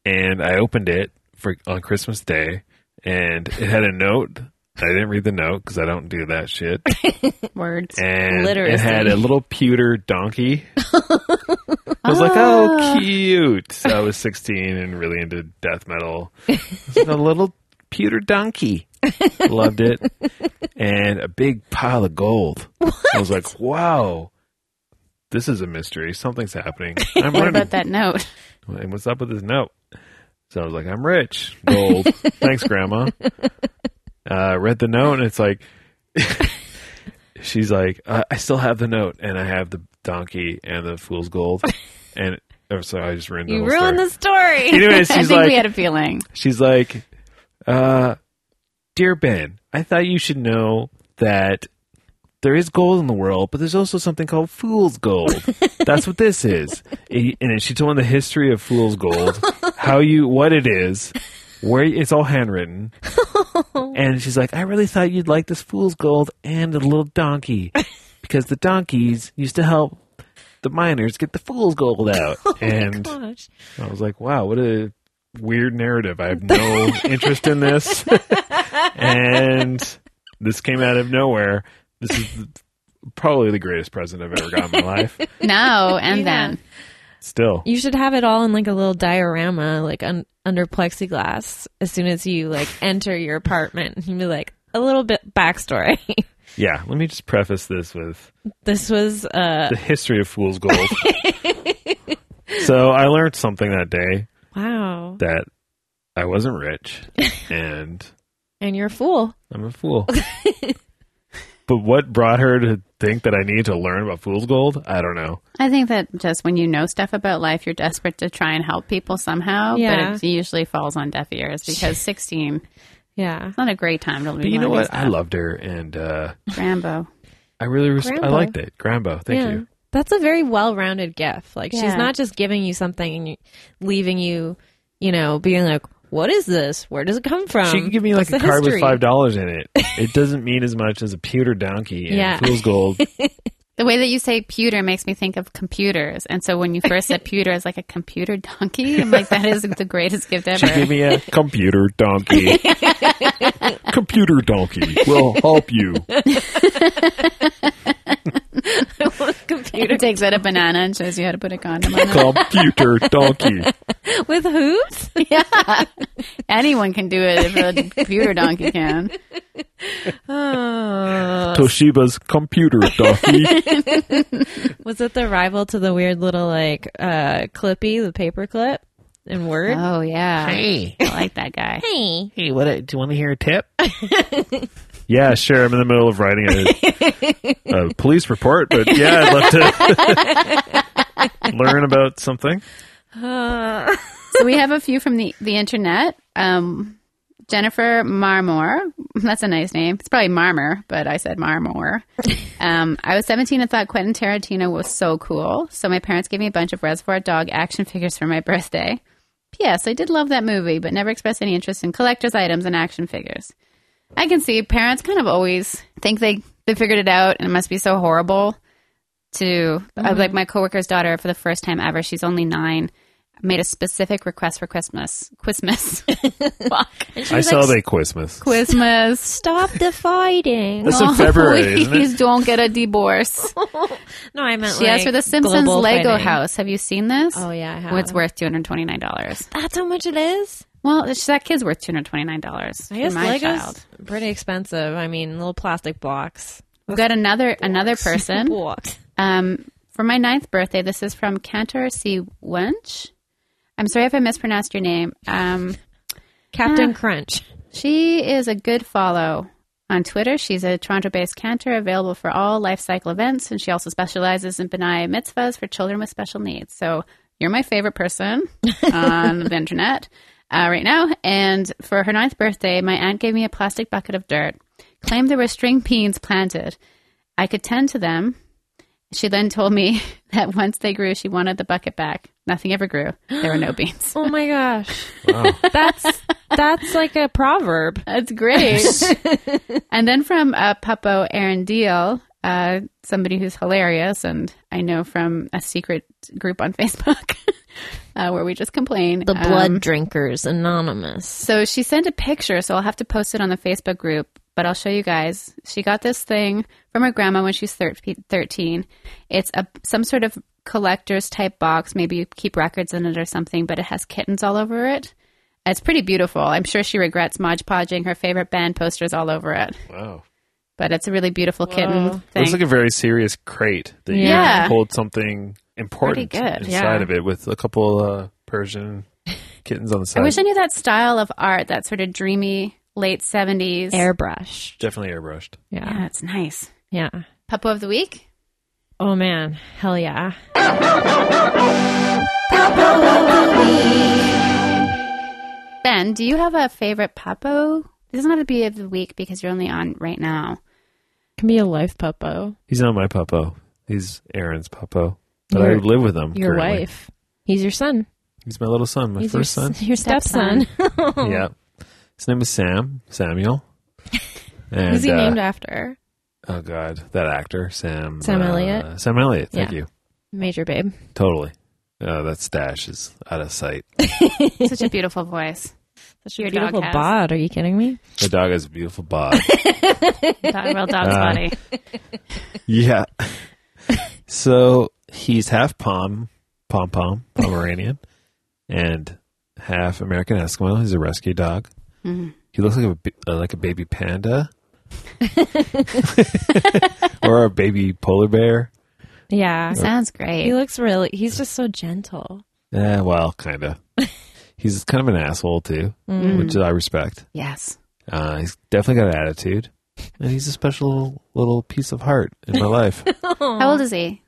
[SPEAKER 3] and I opened it for on Christmas Day, and it had a note. I didn't read the note because I don't do that shit.
[SPEAKER 2] Words.
[SPEAKER 3] And
[SPEAKER 1] Literacy.
[SPEAKER 3] it had a little pewter donkey. I was like,
[SPEAKER 2] Ah.
[SPEAKER 3] oh, cute. So I was 16 and really into death metal. It was a little pewter donkey. Loved it. And a big pile of gold. I was like, wow, this is a mystery. Something's happening. I'm
[SPEAKER 2] What
[SPEAKER 3] running.
[SPEAKER 2] about that note?
[SPEAKER 3] And what's up with this note? So I was like, I'm rich. Gold. Thanks, Grandma. Uh, read the note, and it's like, she's like, I, I still have the note, and I have the donkey and the fool's gold. And oh, so I just ruined the
[SPEAKER 1] You
[SPEAKER 3] whole
[SPEAKER 1] ruined
[SPEAKER 3] story.
[SPEAKER 1] the story.
[SPEAKER 3] Anyway,
[SPEAKER 2] I
[SPEAKER 3] she's
[SPEAKER 2] think
[SPEAKER 3] like,
[SPEAKER 2] we had a feeling.
[SPEAKER 3] she's like, uh, dear Ben, I thought you should know that there is gold in the world, but there's also something called fool's gold. That's what this is. And and she told him the history of fool's gold, how you, what it is, where it's all handwritten. And she's like, I really thought you'd like this fool's gold and the little donkey because the donkeys used to help the miners get the fool's gold out. and
[SPEAKER 1] Gosh.
[SPEAKER 3] I was like, wow, what a weird narrative. I have no interest in this. and this came out of nowhere. This is the- probably the greatest present I've ever gotten in my life.
[SPEAKER 2] No, and
[SPEAKER 1] Yeah.
[SPEAKER 2] then
[SPEAKER 3] Still.
[SPEAKER 1] You should have it all in like a little diorama, like un- under plexiglass. As soon as you like enter your apartment, and you'd be like a little bit backstory.
[SPEAKER 3] Yeah, let me just preface this with
[SPEAKER 1] this was uh
[SPEAKER 3] the history of fool's gold. so I learned something that day
[SPEAKER 1] wow,
[SPEAKER 3] that I wasn't rich and
[SPEAKER 1] and you're a fool.
[SPEAKER 3] I'm a fool. but what brought her to think that I need to learn about fool's gold? I don't know.
[SPEAKER 2] I think that just when you know stuff about life, you're desperate to try and help people somehow,
[SPEAKER 1] Yeah.
[SPEAKER 2] but it usually falls on deaf ears because 16,
[SPEAKER 1] Yeah.
[SPEAKER 2] not a great time to be
[SPEAKER 3] But you know
[SPEAKER 2] learning
[SPEAKER 3] what? I loved her, and uh,
[SPEAKER 2] stuff. Rambo.
[SPEAKER 3] I really res- I
[SPEAKER 1] Grambo.
[SPEAKER 3] liked it. Grambo, thank
[SPEAKER 1] yeah.
[SPEAKER 3] you.
[SPEAKER 1] That's a very well-rounded gift. Like she's
[SPEAKER 2] Yeah.
[SPEAKER 1] not just giving you something and you- leaving you, you know, being like, "What is this? Where does it come from?"
[SPEAKER 3] She could give me like
[SPEAKER 1] Um, What's
[SPEAKER 3] a
[SPEAKER 1] the
[SPEAKER 3] card with
[SPEAKER 1] history?"
[SPEAKER 3] five dollars in it. It doesn't mean as much as a pewter donkey and
[SPEAKER 1] Yeah.
[SPEAKER 3] fool's gold.
[SPEAKER 2] The way that you say pewter makes me think of computers. And so when you first said pewter, I was like, a computer donkey? I'm like, that is the greatest gift ever.
[SPEAKER 3] She gave me a computer donkey. computer donkey will help you.
[SPEAKER 2] It takes out a banana and shows you how to put a condom on it.
[SPEAKER 3] Computer donkey.
[SPEAKER 1] with hooves.
[SPEAKER 2] Anyone can do it if a computer donkey can.
[SPEAKER 3] Toshiba's computer donkey.
[SPEAKER 1] Was it the rival to the weird little like uh Clippy, the paper clip in Word?
[SPEAKER 2] Oh, yeah.
[SPEAKER 3] Hey,
[SPEAKER 2] I like that guy.
[SPEAKER 1] Hey.
[SPEAKER 3] hey, what? Do you want to hear a tip? yeah, sure. I'm in the middle of writing a, a police report, but yeah, I'd love to learn about something.
[SPEAKER 1] Uh,
[SPEAKER 2] so we have a few from the, the internet. Um, Jennifer Marmor. That's a nice name. It's probably Marmor, but I said Marmor. um, I was 17 and thought Quentin Tarantino was so cool. So my parents gave me a bunch of Reservoir Dog action figures for my birthday. P.S. I did love that movie, but never expressed any interest in collector's items and action figures. I can see parents kind of always think they, they figured it out and it must be so horrible to I was like my coworker's daughter for the first time ever. She's only nine. Made a specific request for Christmas. Christmas. Fuck.
[SPEAKER 3] I celebrate Christmas.
[SPEAKER 2] Christmas.
[SPEAKER 1] Stop the fighting.
[SPEAKER 3] That's in February,
[SPEAKER 2] Please
[SPEAKER 3] isn't it?
[SPEAKER 2] don't get a divorce.
[SPEAKER 1] No, I meant
[SPEAKER 2] She
[SPEAKER 1] like
[SPEAKER 2] asked for the Simpsons
[SPEAKER 1] global
[SPEAKER 2] Lego
[SPEAKER 1] fighting.
[SPEAKER 2] house. Have you seen this?
[SPEAKER 1] Oh yeah, I have.
[SPEAKER 2] Well, it's worth two hundred twenty nine dollars.
[SPEAKER 1] That's how much it is.
[SPEAKER 2] Well, it's- that kid's worth two hundred twenty nine dollars.
[SPEAKER 1] I guess
[SPEAKER 2] my
[SPEAKER 1] Legos
[SPEAKER 2] child.
[SPEAKER 1] pretty expensive. I mean, little plastic blocks.
[SPEAKER 2] We've got another another person.
[SPEAKER 1] Blocks.
[SPEAKER 2] Um, for my ninth birthday, this is from Cantor C. Wench. I'm sorry if I mispronounced your name. Um, Ah.
[SPEAKER 1] Captain Crunch.
[SPEAKER 2] she is a good follow on Twitter. She's a Toronto based cantor available for all life cycle events, and she also specializes in B'nai mitzvahs for children with special needs. So you're my favorite person on the internet uh, right now. And for her ninth birthday, my aunt gave me a plastic bucket of dirt, claimed there were string beans planted. I could tend to them. She then told me that once they grew, she wanted the bucket back. Nothing ever grew. There were no beans.
[SPEAKER 1] Oh my gosh. That's that's like a proverb.
[SPEAKER 2] That's great. and then from uh, Puppo Aaron Deal, uh, somebody who's hilarious, and I know from a secret group on Facebook uh, where we just complain.
[SPEAKER 1] The
[SPEAKER 2] Um,
[SPEAKER 1] Blood Drinkers Anonymous.
[SPEAKER 2] so she sent a picture, so I'll have to post it on the Facebook group, but I'll show you guys. She got this thing from her grandma when she's thir- 13. It's a some sort of collector's type box. Maybe you keep records in it or something, but it has kittens all over it. It's pretty beautiful. I'm sure she regrets Mod Podging her favorite band posters all over it,
[SPEAKER 3] Wow.
[SPEAKER 2] but it's a really beautiful kitten
[SPEAKER 3] It's
[SPEAKER 2] thing.
[SPEAKER 3] like a very serious crate that
[SPEAKER 2] Yeah.
[SPEAKER 3] you hold something important
[SPEAKER 2] Pretty good,
[SPEAKER 3] inside
[SPEAKER 1] yeah.
[SPEAKER 3] of it with a couple uh, Persian kittens on
[SPEAKER 2] I
[SPEAKER 3] the side.
[SPEAKER 2] wish I knew that style of art, that sort of dreamy late 70s.
[SPEAKER 1] Airbrush.
[SPEAKER 3] Definitely airbrushed.
[SPEAKER 1] Yeah.
[SPEAKER 2] Yeah, it's nice.
[SPEAKER 1] Yeah.
[SPEAKER 2] Puppo of the Week?
[SPEAKER 1] Oh man. Hell yeah.
[SPEAKER 2] Ben, do you have a favorite Papo? It doesn't have to be of the week because you're only on right now.
[SPEAKER 1] Can be a life puppo.
[SPEAKER 3] He's not my puppo. He's Aaron's puppo. But I
[SPEAKER 1] Your-
[SPEAKER 3] live with him.
[SPEAKER 1] Your
[SPEAKER 3] currently.
[SPEAKER 1] wife. He's your son.
[SPEAKER 3] He's my little son, my
[SPEAKER 1] He's
[SPEAKER 3] first
[SPEAKER 1] your,
[SPEAKER 3] son.
[SPEAKER 1] s- Your stepson.
[SPEAKER 3] yeah. His name is Sam Samuel. And,
[SPEAKER 1] Who's he
[SPEAKER 3] uh,
[SPEAKER 1] named after?
[SPEAKER 3] Oh God, that actor Sam
[SPEAKER 1] Sam
[SPEAKER 3] uh,
[SPEAKER 1] Elliott?
[SPEAKER 3] Sam Elliott. Thank
[SPEAKER 1] Yeah.
[SPEAKER 3] you.
[SPEAKER 1] Major babe.
[SPEAKER 3] Totally. Uh, that stash is out of sight.
[SPEAKER 2] Such a beautiful voice.
[SPEAKER 1] Such
[SPEAKER 2] a Your dog
[SPEAKER 1] beautiful
[SPEAKER 2] beautiful has-
[SPEAKER 1] bod. Are you kidding me?
[SPEAKER 3] The dog has a beautiful bod.
[SPEAKER 2] Dog, real dog's
[SPEAKER 3] Uh,
[SPEAKER 2] body.
[SPEAKER 3] yeah. so he's half pom pom pom Pomeranian and half American Eskimo. He's a rescue dog. He looks like a b- uh, like a baby panda, or a baby polar bear.
[SPEAKER 1] Yeah.
[SPEAKER 2] Sounds
[SPEAKER 1] He
[SPEAKER 2] great.
[SPEAKER 1] looks really. He's just so gentle.
[SPEAKER 3] Eh, well, kind of. He's kind of an asshole too, which I respect.
[SPEAKER 2] Yes.
[SPEAKER 3] Uh, he's definitely got an attitude. and he's a special little piece of heart in my life.
[SPEAKER 2] How old is he?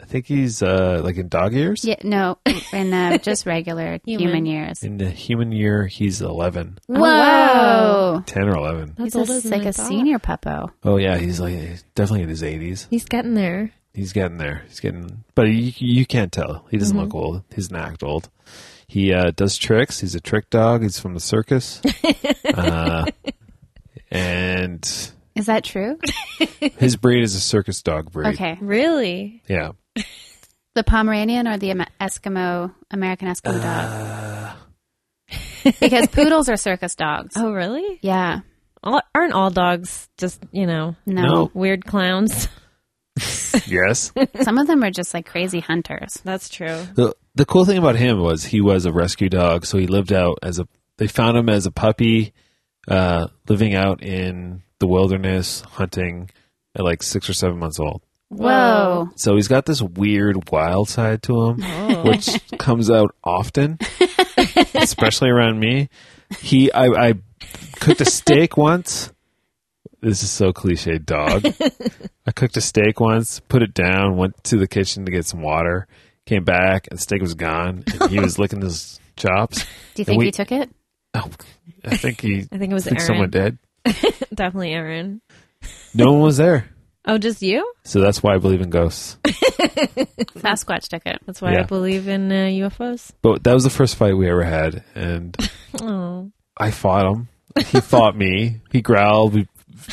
[SPEAKER 3] I think he's uh, like in dog years.
[SPEAKER 2] Yeah, no, in uh, just regular
[SPEAKER 1] Human.
[SPEAKER 2] human. years.
[SPEAKER 3] In the human year, he's 11,
[SPEAKER 2] Whoa,
[SPEAKER 1] Oh, wow.
[SPEAKER 3] 10 or 11.
[SPEAKER 1] That's
[SPEAKER 2] he's
[SPEAKER 1] older
[SPEAKER 2] a,
[SPEAKER 1] than
[SPEAKER 2] like
[SPEAKER 1] I
[SPEAKER 2] a
[SPEAKER 1] thought.
[SPEAKER 2] senior puppo.
[SPEAKER 3] Oh yeah, he's like he's definitely in his 80s.
[SPEAKER 1] He's getting there.
[SPEAKER 3] He's getting there. He's getting, but you, you can't tell. He doesn't look old. He's not act old. He uh, does tricks. He's a trick dog. He's from the circus. uh, and
[SPEAKER 2] Is that true?
[SPEAKER 3] his breed is a circus dog breed.
[SPEAKER 2] Okay,
[SPEAKER 1] Really?
[SPEAKER 3] Yeah.
[SPEAKER 2] the Pomeranian or the Ama- Eskimo American Eskimo dog? because poodles are circus dogs.
[SPEAKER 1] Oh, really?
[SPEAKER 2] Yeah,
[SPEAKER 1] All, aren't all dogs just you know
[SPEAKER 2] no.
[SPEAKER 3] No.
[SPEAKER 1] weird clowns?
[SPEAKER 3] Yes.
[SPEAKER 2] Some of them are just like crazy hunters.
[SPEAKER 1] That's true.
[SPEAKER 3] The, the cool thing about him was he was a rescue dog, so he lived out as a. They found him as a puppy, uh, living out in the wilderness hunting at like six or seven months old.
[SPEAKER 2] Whoa.
[SPEAKER 3] So he's got this weird wild side to him,
[SPEAKER 1] Oh.
[SPEAKER 3] which comes out often, especially around me. He, I, I cooked a steak once. This is so cliche, dog. I cooked a steak once, put it down, went to the kitchen to get some water, came back, and the steak was gone. And he was licking his chops.
[SPEAKER 2] Do you think
[SPEAKER 3] we-
[SPEAKER 2] he took it?
[SPEAKER 3] Oh, I think he.
[SPEAKER 1] I think it was
[SPEAKER 3] think
[SPEAKER 1] Aaron.
[SPEAKER 3] someone did.
[SPEAKER 1] Definitely Aaron.
[SPEAKER 3] No one was there,
[SPEAKER 1] Oh, just you?
[SPEAKER 3] so that's why I believe in ghosts.
[SPEAKER 2] Sasquatch took it.
[SPEAKER 1] That's why I
[SPEAKER 3] Yeah.
[SPEAKER 1] believe in uh, UFOs.
[SPEAKER 3] But that was the first fight we ever had, and
[SPEAKER 1] Oh,
[SPEAKER 3] I fought him. He fought me. He growled. We,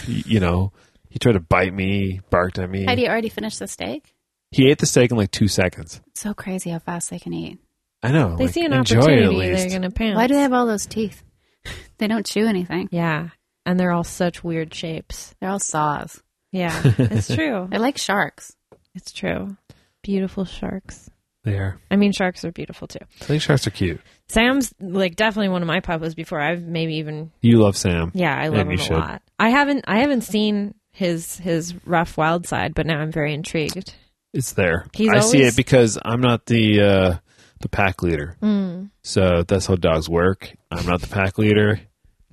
[SPEAKER 3] you know, he tried to bite me. Barked at me.
[SPEAKER 2] Had he already finished the steak?
[SPEAKER 3] he ate the steak in like two seconds.
[SPEAKER 2] It's so crazy how fast they can eat.
[SPEAKER 3] I know.
[SPEAKER 1] they
[SPEAKER 3] like,
[SPEAKER 1] see an
[SPEAKER 3] enjoy it
[SPEAKER 1] opportunity.
[SPEAKER 3] At
[SPEAKER 1] They're
[SPEAKER 3] least.
[SPEAKER 1] gonna pounce.
[SPEAKER 2] Why do they have all those teeth? They don't chew anything.
[SPEAKER 1] Yeah, and they're all such weird shapes.
[SPEAKER 2] They're all saws.
[SPEAKER 1] Yeah, it's true.
[SPEAKER 2] They're like sharks.
[SPEAKER 1] It's true. Beautiful sharks.
[SPEAKER 3] They are.
[SPEAKER 1] I mean, sharks are beautiful too.
[SPEAKER 3] I think sharks are cute.
[SPEAKER 1] Sam's like definitely one of my puppos before I've maybe even
[SPEAKER 3] You love Sam.
[SPEAKER 1] Yeah, I love
[SPEAKER 3] And you
[SPEAKER 1] him a
[SPEAKER 3] should.
[SPEAKER 1] lot. I haven't I haven't seen his his rough wild side, but now I'm very intrigued.
[SPEAKER 3] It's there.
[SPEAKER 1] He's
[SPEAKER 3] I see
[SPEAKER 1] always-
[SPEAKER 3] it because I'm not the uh, the pack leader.
[SPEAKER 1] Mm.
[SPEAKER 3] So that's how dogs work. I'm not the pack leader.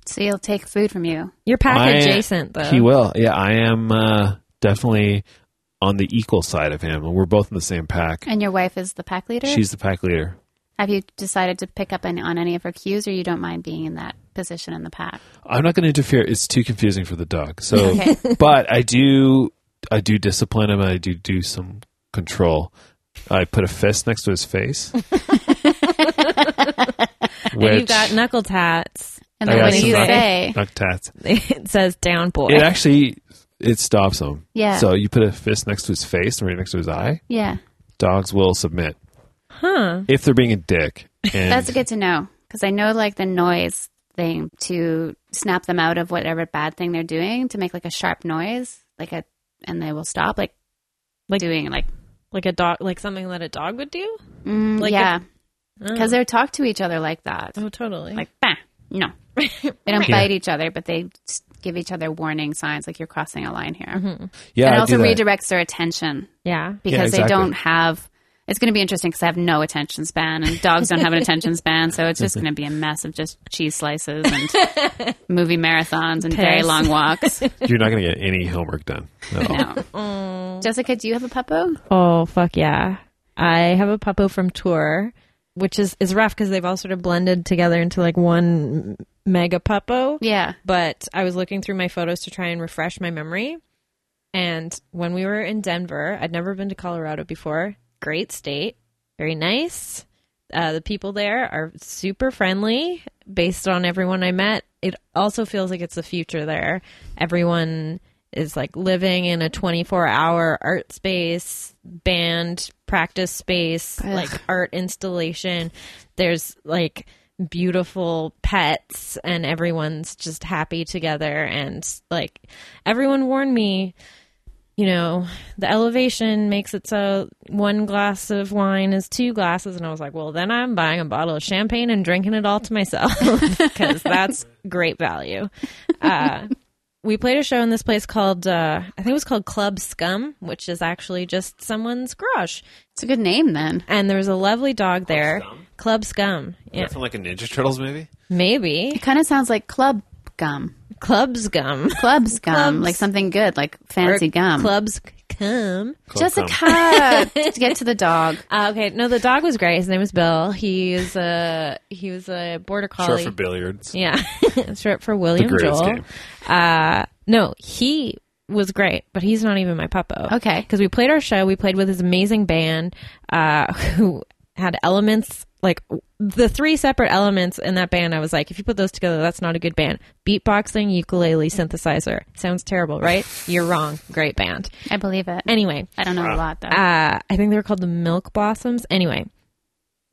[SPEAKER 2] So he'll take food from you.
[SPEAKER 1] You're pack
[SPEAKER 3] I-
[SPEAKER 1] adjacent though.
[SPEAKER 3] He will. Yeah, I am uh, definitely on the equal side of him, and we're both in the same pack.
[SPEAKER 2] And your wife is the pack leader?
[SPEAKER 3] She's the pack leader.
[SPEAKER 2] Have you decided to pick up any, on any of her cues or you don't mind being in that position in the pack?
[SPEAKER 3] I'm not going to interfere. It's too confusing for the dog. So,
[SPEAKER 2] Okay.
[SPEAKER 3] but I do, I do discipline him. and I do do some control. I put a fist next to his face,
[SPEAKER 1] and
[SPEAKER 3] which
[SPEAKER 1] you've got knuckle tats.
[SPEAKER 2] And
[SPEAKER 3] I
[SPEAKER 2] then
[SPEAKER 3] got
[SPEAKER 2] when
[SPEAKER 3] some
[SPEAKER 2] you
[SPEAKER 3] knuck-
[SPEAKER 2] say,
[SPEAKER 3] knuck tats.
[SPEAKER 1] It says down boy.
[SPEAKER 3] It actually it stops him.
[SPEAKER 2] Yeah.
[SPEAKER 3] So you put a fist next to his face, right next to his eye.
[SPEAKER 2] yeah,
[SPEAKER 3] Dogs will submit
[SPEAKER 1] Huh.
[SPEAKER 3] if they're being a dick. And
[SPEAKER 2] that's good to know. Because I know like the noise thing to snap them out of whatever bad thing they're doing to make like a sharp noise, like a, and they will stop like,
[SPEAKER 1] Like-
[SPEAKER 2] doing like,
[SPEAKER 1] Like a dog like something that a dog would do?
[SPEAKER 2] mm,
[SPEAKER 1] Like
[SPEAKER 2] yeah.
[SPEAKER 1] Oh.
[SPEAKER 2] Because they talk to each other like that.
[SPEAKER 1] Oh totally.
[SPEAKER 2] Like, bah, no. They don't bite each other, but they s- give each other warning signs like you're crossing a line here.
[SPEAKER 3] yeah,
[SPEAKER 2] And
[SPEAKER 3] I
[SPEAKER 2] also
[SPEAKER 3] do that.
[SPEAKER 2] redirects their attention
[SPEAKER 1] yeah.
[SPEAKER 2] because
[SPEAKER 3] exactly.
[SPEAKER 2] they don't have. It's going to be interesting because I have no attention span, and dogs don't have an attention span, so it's just going to be a mess of just cheese slices and movie marathons and very
[SPEAKER 1] Piss.
[SPEAKER 2] long walks.
[SPEAKER 3] You're not going to get any homework done. at all.
[SPEAKER 2] No. Jessica, do you have a puppo?
[SPEAKER 1] Oh fuck yeah! I have a puppo from Tour, which is is rough because they've all sort of blended together into like one m- mega puppo.
[SPEAKER 2] Yeah.
[SPEAKER 1] But I was looking through my photos to try and refresh my memory, and when we were in Denver, I'd never been to Colorado before. Great state, very nice. Uh, the people there are super friendly. Based on everyone I met, it also feels like it's the future there. Everyone is like living in a 24 hour art space, band practice space,
[SPEAKER 2] Ugh.
[SPEAKER 1] like art installation. There's like beautiful pets, and everyone's just happy together. And like everyone warned me you know, the elevation makes it so one glass of wine is two glasses. And I was like, well, then I'm buying a bottle of champagne and drinking it all to myself because that's great value. Uh, we played a show in this place called, uh, I think it was called Club Scum, which is actually just someone's garage.
[SPEAKER 2] It's a good name then.
[SPEAKER 1] And there was a lovely dog there. Club Scum. Yeah,
[SPEAKER 3] From like a Ninja Turtles movie.
[SPEAKER 1] maybe.
[SPEAKER 2] It kind of sounds like club gum,
[SPEAKER 1] Clubs gum.
[SPEAKER 2] clubs gum,
[SPEAKER 1] Clubs.
[SPEAKER 2] like something good, like fancy
[SPEAKER 1] Or
[SPEAKER 2] gum.
[SPEAKER 1] Clubs gum.
[SPEAKER 3] um,
[SPEAKER 2] Jessica, to get to the dog.
[SPEAKER 1] Uh, okay, no, the dog was great. His name was Bill. He is a he was a border collie.
[SPEAKER 3] Short for billiards.
[SPEAKER 1] yeah, short for William
[SPEAKER 3] greatest
[SPEAKER 1] Joel.
[SPEAKER 3] game.
[SPEAKER 1] Uh, no, he was great, but he's not even my puppo.
[SPEAKER 2] Okay.
[SPEAKER 1] because we played our show. We played with his amazing band, uh, who had elements like the three separate elements in that band. I was like, if you put those together, that's not a good band. Beatboxing, ukulele, synthesizer. Sounds terrible, right? You're wrong. Great band.
[SPEAKER 2] I believe it.
[SPEAKER 1] Anyway,
[SPEAKER 2] I don't know a lot though.
[SPEAKER 1] uh, I think they were called the Milk Blossoms. Anyway,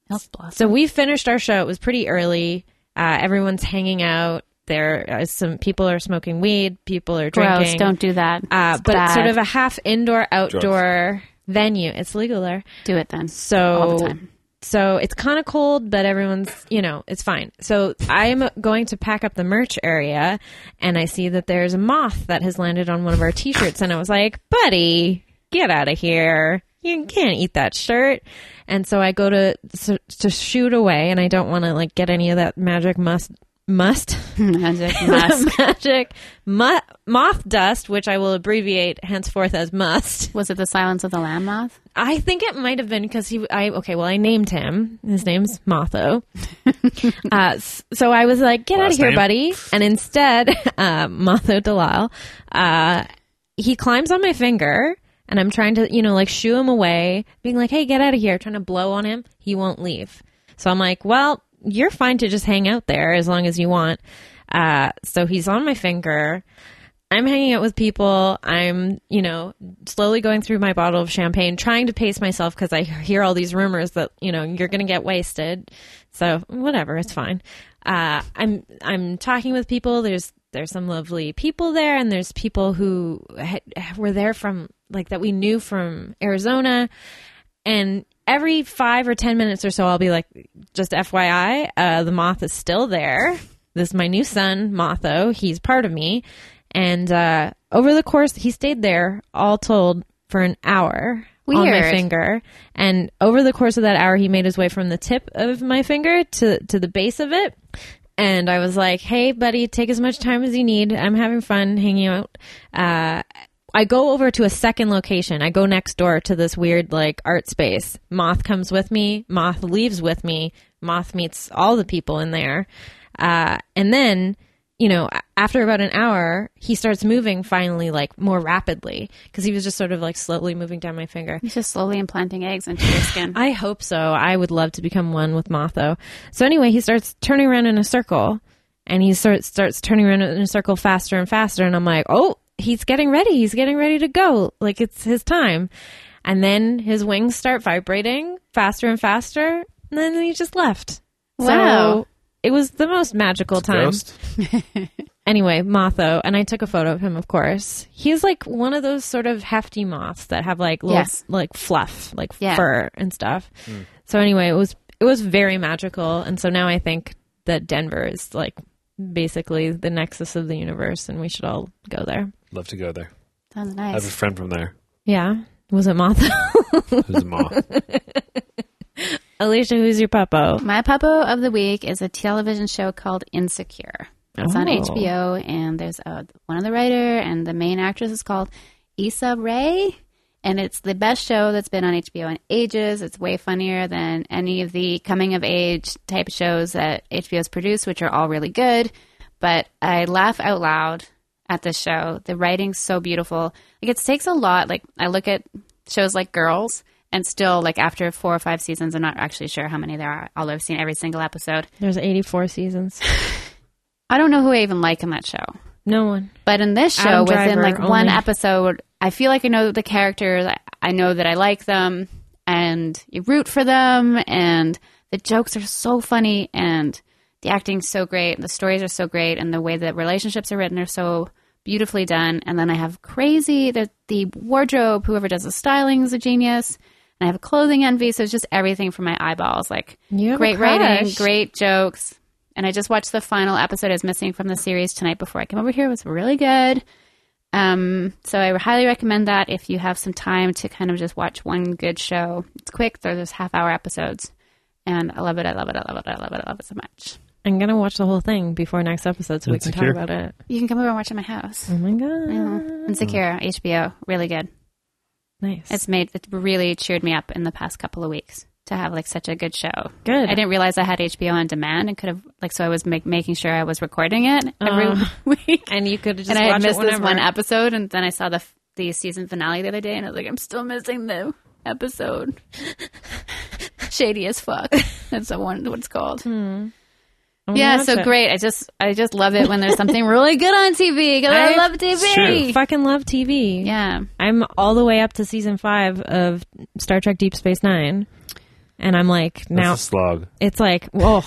[SPEAKER 2] Milk blossom.
[SPEAKER 1] so we finished our show. It was pretty early. Uh, everyone's hanging out. There, is some people are smoking weed. People are
[SPEAKER 2] Gross.
[SPEAKER 1] drinking.
[SPEAKER 2] Don't do that.
[SPEAKER 1] uh,
[SPEAKER 2] It's
[SPEAKER 1] but it's
[SPEAKER 2] bad.
[SPEAKER 1] sort of a half indoor outdoor venue. It's legal there,
[SPEAKER 2] do it then.
[SPEAKER 1] so
[SPEAKER 2] All the time.
[SPEAKER 1] so it's kind of cold, but everyone's you know it's fine. So I'm going to pack up the merch area, and I see that there's a moth that has landed on one of our t-shirts, and I was like, buddy, get out of here. You can't eat that shirt, and so I go to to, to shoot away, and I don't want to like get any of that magic must must
[SPEAKER 2] Magic mask.
[SPEAKER 1] magic mu- moth dust, which I will abbreviate henceforth as must.
[SPEAKER 2] Was it the Silence of the Lamb moth?
[SPEAKER 1] I think it might have been because he. I okay. Well, I named him. His name's Motho. uh, s- so I was like, "Get out of
[SPEAKER 3] Last
[SPEAKER 1] here,
[SPEAKER 3] name?
[SPEAKER 1] buddy!" And instead, uh, Motho Delisle, uh, he climbs on my finger, and I'm trying to, you know, like shoo him away, being like, "Hey, get out of here!" Trying to blow on him. He won't leave. So I'm like, "Well, you're fine to just hang out there as long as you want." Uh, so he's on my finger. I'm hanging out with people. I'm, you know, slowly going through my bottle of champagne, trying to pace myself because I hear all these rumors that you know you're going to get wasted. So whatever, it's fine. Uh, I'm I'm talking with people. There's there's some lovely people there, and there's people who had, were there from like that we knew from Arizona, and every five or ten minutes or so, I'll be like, just FYI, uh, the moth is still there. This is my new son, Motho. He's part of me. And uh, over the course, he stayed there, all told, for an hour on my
[SPEAKER 2] Weird.
[SPEAKER 1] finger. And over the course of that hour, he made his way from the tip of my finger to, to the base of it. And I was like, hey, buddy, take as much time as you need. I'm having fun hanging out. Uh, I go over to a second location. I go next door to this weird like art space. Moth comes with me. Moth leaves with me. Moth meets all the people in there. Uh, and then, you know, a- after about an hour, he starts moving finally like more rapidly because he was just sort of like slowly moving down my finger.
[SPEAKER 2] He's just slowly implanting eggs into your skin.
[SPEAKER 1] I hope so. I would love to become one with Motho. So anyway, he starts turning around in a circle, and he sort starts turning around in a circle faster and faster. And I'm like, oh, he's getting ready. He's getting ready to go. Like it's his time. And then his wings start vibrating faster and faster, and then he just left.
[SPEAKER 2] Wow.
[SPEAKER 1] So it was the most magical time.
[SPEAKER 3] Ghost?
[SPEAKER 1] Anyway, Motho, and I took a photo of him, of course. He's like one of those sort of hefty moths that have like little,
[SPEAKER 2] Yes.
[SPEAKER 1] like fluff, like
[SPEAKER 2] Yeah.
[SPEAKER 1] fur and stuff. So anyway, it was it was very magical, and so now I think that Denver is like basically the nexus of the universe, and we should all go there.
[SPEAKER 3] Love to go there.
[SPEAKER 2] Sounds
[SPEAKER 5] I have a
[SPEAKER 2] nice.
[SPEAKER 5] friend from there
[SPEAKER 1] Yeah, was it Motho?
[SPEAKER 3] Who's a moth?
[SPEAKER 1] Alicia, who's your puppo?
[SPEAKER 2] My puppo of the week is a television show called Insecure. It's on
[SPEAKER 1] Oh.
[SPEAKER 2] HBO, and there's uh one of the writer and the main actress is called Issa Rae, and it's the best show that's been on HBO in ages. It's way funnier than any of the coming of age type shows that HBO's produced, which are all really good. But I laugh out loud at this show. The writing's so beautiful. Like it takes a lot. Like I look at shows like Girls, and still like after four or five seasons, I'm not actually sure how many there are. Although I've seen every single episode.
[SPEAKER 1] There's 84 seasons.
[SPEAKER 2] I don't know who I even like in that show.
[SPEAKER 1] No one.
[SPEAKER 2] But in this show,
[SPEAKER 1] Adam
[SPEAKER 2] within
[SPEAKER 1] Driver
[SPEAKER 2] like one
[SPEAKER 1] only.
[SPEAKER 2] episode, I feel like I know the characters. I, I know that I like them, and you root for them, and the jokes are so funny, and the acting's so great, and the stories are so great, and the way that relationships are written are so beautifully done. And then I have crazy the the wardrobe. Whoever does the styling is a genius. And I have a clothing envy, so it's just everything for my eyeballs. Like
[SPEAKER 1] You have a
[SPEAKER 2] great
[SPEAKER 1] crush.
[SPEAKER 2] writing, great jokes. And I just watched the final episode as missing from the series tonight before I came over here. It was really good. Um, so I highly recommend that if you have some time to kind of just watch one good show. It's quick. They're just half hour episodes. And I love it. I love it. I love it. I love it. I love it so much.
[SPEAKER 1] I'm gonna watch the whole thing before next episode so we can talk
[SPEAKER 3] Insecure?
[SPEAKER 1] about it.
[SPEAKER 2] You can come over and watch at my house.
[SPEAKER 1] Oh my god,
[SPEAKER 2] Yeah. Insecure, HBO, really good.
[SPEAKER 1] nice.
[SPEAKER 2] It's made it really cheered me up in the past couple of weeks to have like such a good show.
[SPEAKER 1] Good.
[SPEAKER 2] I didn't realize I had HBO on demand and could have like so I was make, making sure I was recording it every
[SPEAKER 1] Oh.
[SPEAKER 2] week.
[SPEAKER 1] and you could have just
[SPEAKER 2] and I had
[SPEAKER 1] watched
[SPEAKER 2] missed
[SPEAKER 1] it
[SPEAKER 2] this
[SPEAKER 1] whenever.
[SPEAKER 2] one episode and then I saw the f- the season finale the other day and I was like I'm still missing the episode. Shady as fuck. That's the one what it's called.
[SPEAKER 1] I'm gonna
[SPEAKER 2] Yeah,
[SPEAKER 1] Hmm, watch
[SPEAKER 2] so
[SPEAKER 1] it.
[SPEAKER 2] great. I just I just love it when there's something really good on TV 'cause I,
[SPEAKER 1] I-
[SPEAKER 2] love TV.
[SPEAKER 3] Sure.
[SPEAKER 1] Fucking love TV.
[SPEAKER 2] Yeah.
[SPEAKER 1] I'm all the way up to season five of Star Trek Deep Space Nine, and I'm like
[SPEAKER 3] That's
[SPEAKER 1] now
[SPEAKER 3] a slog.
[SPEAKER 1] it's like whoa,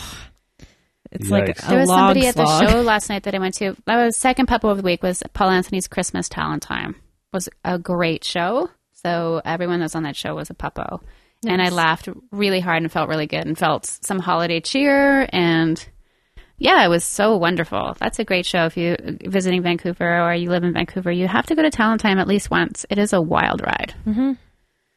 [SPEAKER 1] it's like
[SPEAKER 3] Yikes.
[SPEAKER 1] a
[SPEAKER 2] There was
[SPEAKER 1] log
[SPEAKER 2] somebody at
[SPEAKER 1] slog.
[SPEAKER 2] the show last night that I went to. That was second pop of the week was Paul Anthony's Christmas Talent Time. Was a great show. So everyone that's on that show was a puppo. And I laughed really hard and felt really good and felt some holiday cheer and yeah, it was so wonderful. That's a great show. If you visiting Vancouver or you live in Vancouver, you have to go to Talent Time at least once. It is a wild ride.
[SPEAKER 3] Mm-hmm.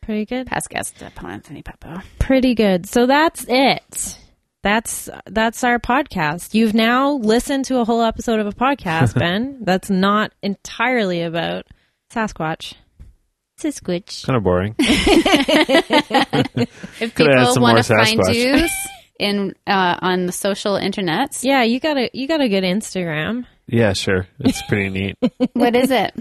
[SPEAKER 1] Pretty good.
[SPEAKER 2] Past guest uh, Paul Anthony Puppo.
[SPEAKER 1] Pretty good. So that's it. That's that's our podcast. You've now listened to a whole episode of a podcast, Ben. That's not entirely about Sasquatch. Sasquatch.
[SPEAKER 3] Kind of boring.
[SPEAKER 2] If
[SPEAKER 3] Coulda had
[SPEAKER 2] people
[SPEAKER 3] some more
[SPEAKER 2] want to find
[SPEAKER 3] Sasquatch.
[SPEAKER 2] you in uh, on the social internets,
[SPEAKER 1] Yeah, you got a you got a good Instagram.
[SPEAKER 3] yeah, sure. It's pretty neat.
[SPEAKER 2] What is it?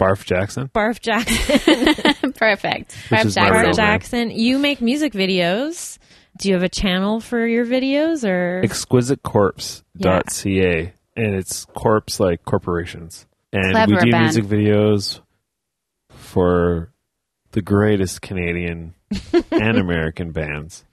[SPEAKER 3] Barf Jackson.
[SPEAKER 1] Barf Jackson.
[SPEAKER 2] Perfect.
[SPEAKER 3] Which
[SPEAKER 2] Barb
[SPEAKER 3] is my
[SPEAKER 2] Jackson.
[SPEAKER 3] real
[SPEAKER 1] Barf
[SPEAKER 3] name.
[SPEAKER 1] Jackson. You make music videos. Do you have a channel for your videos or
[SPEAKER 3] exquisitecorpse.ca and it's corpse like corporations and we
[SPEAKER 2] Clever,
[SPEAKER 3] do
[SPEAKER 2] Ben.
[SPEAKER 3] music videos for the greatest canadian and american bands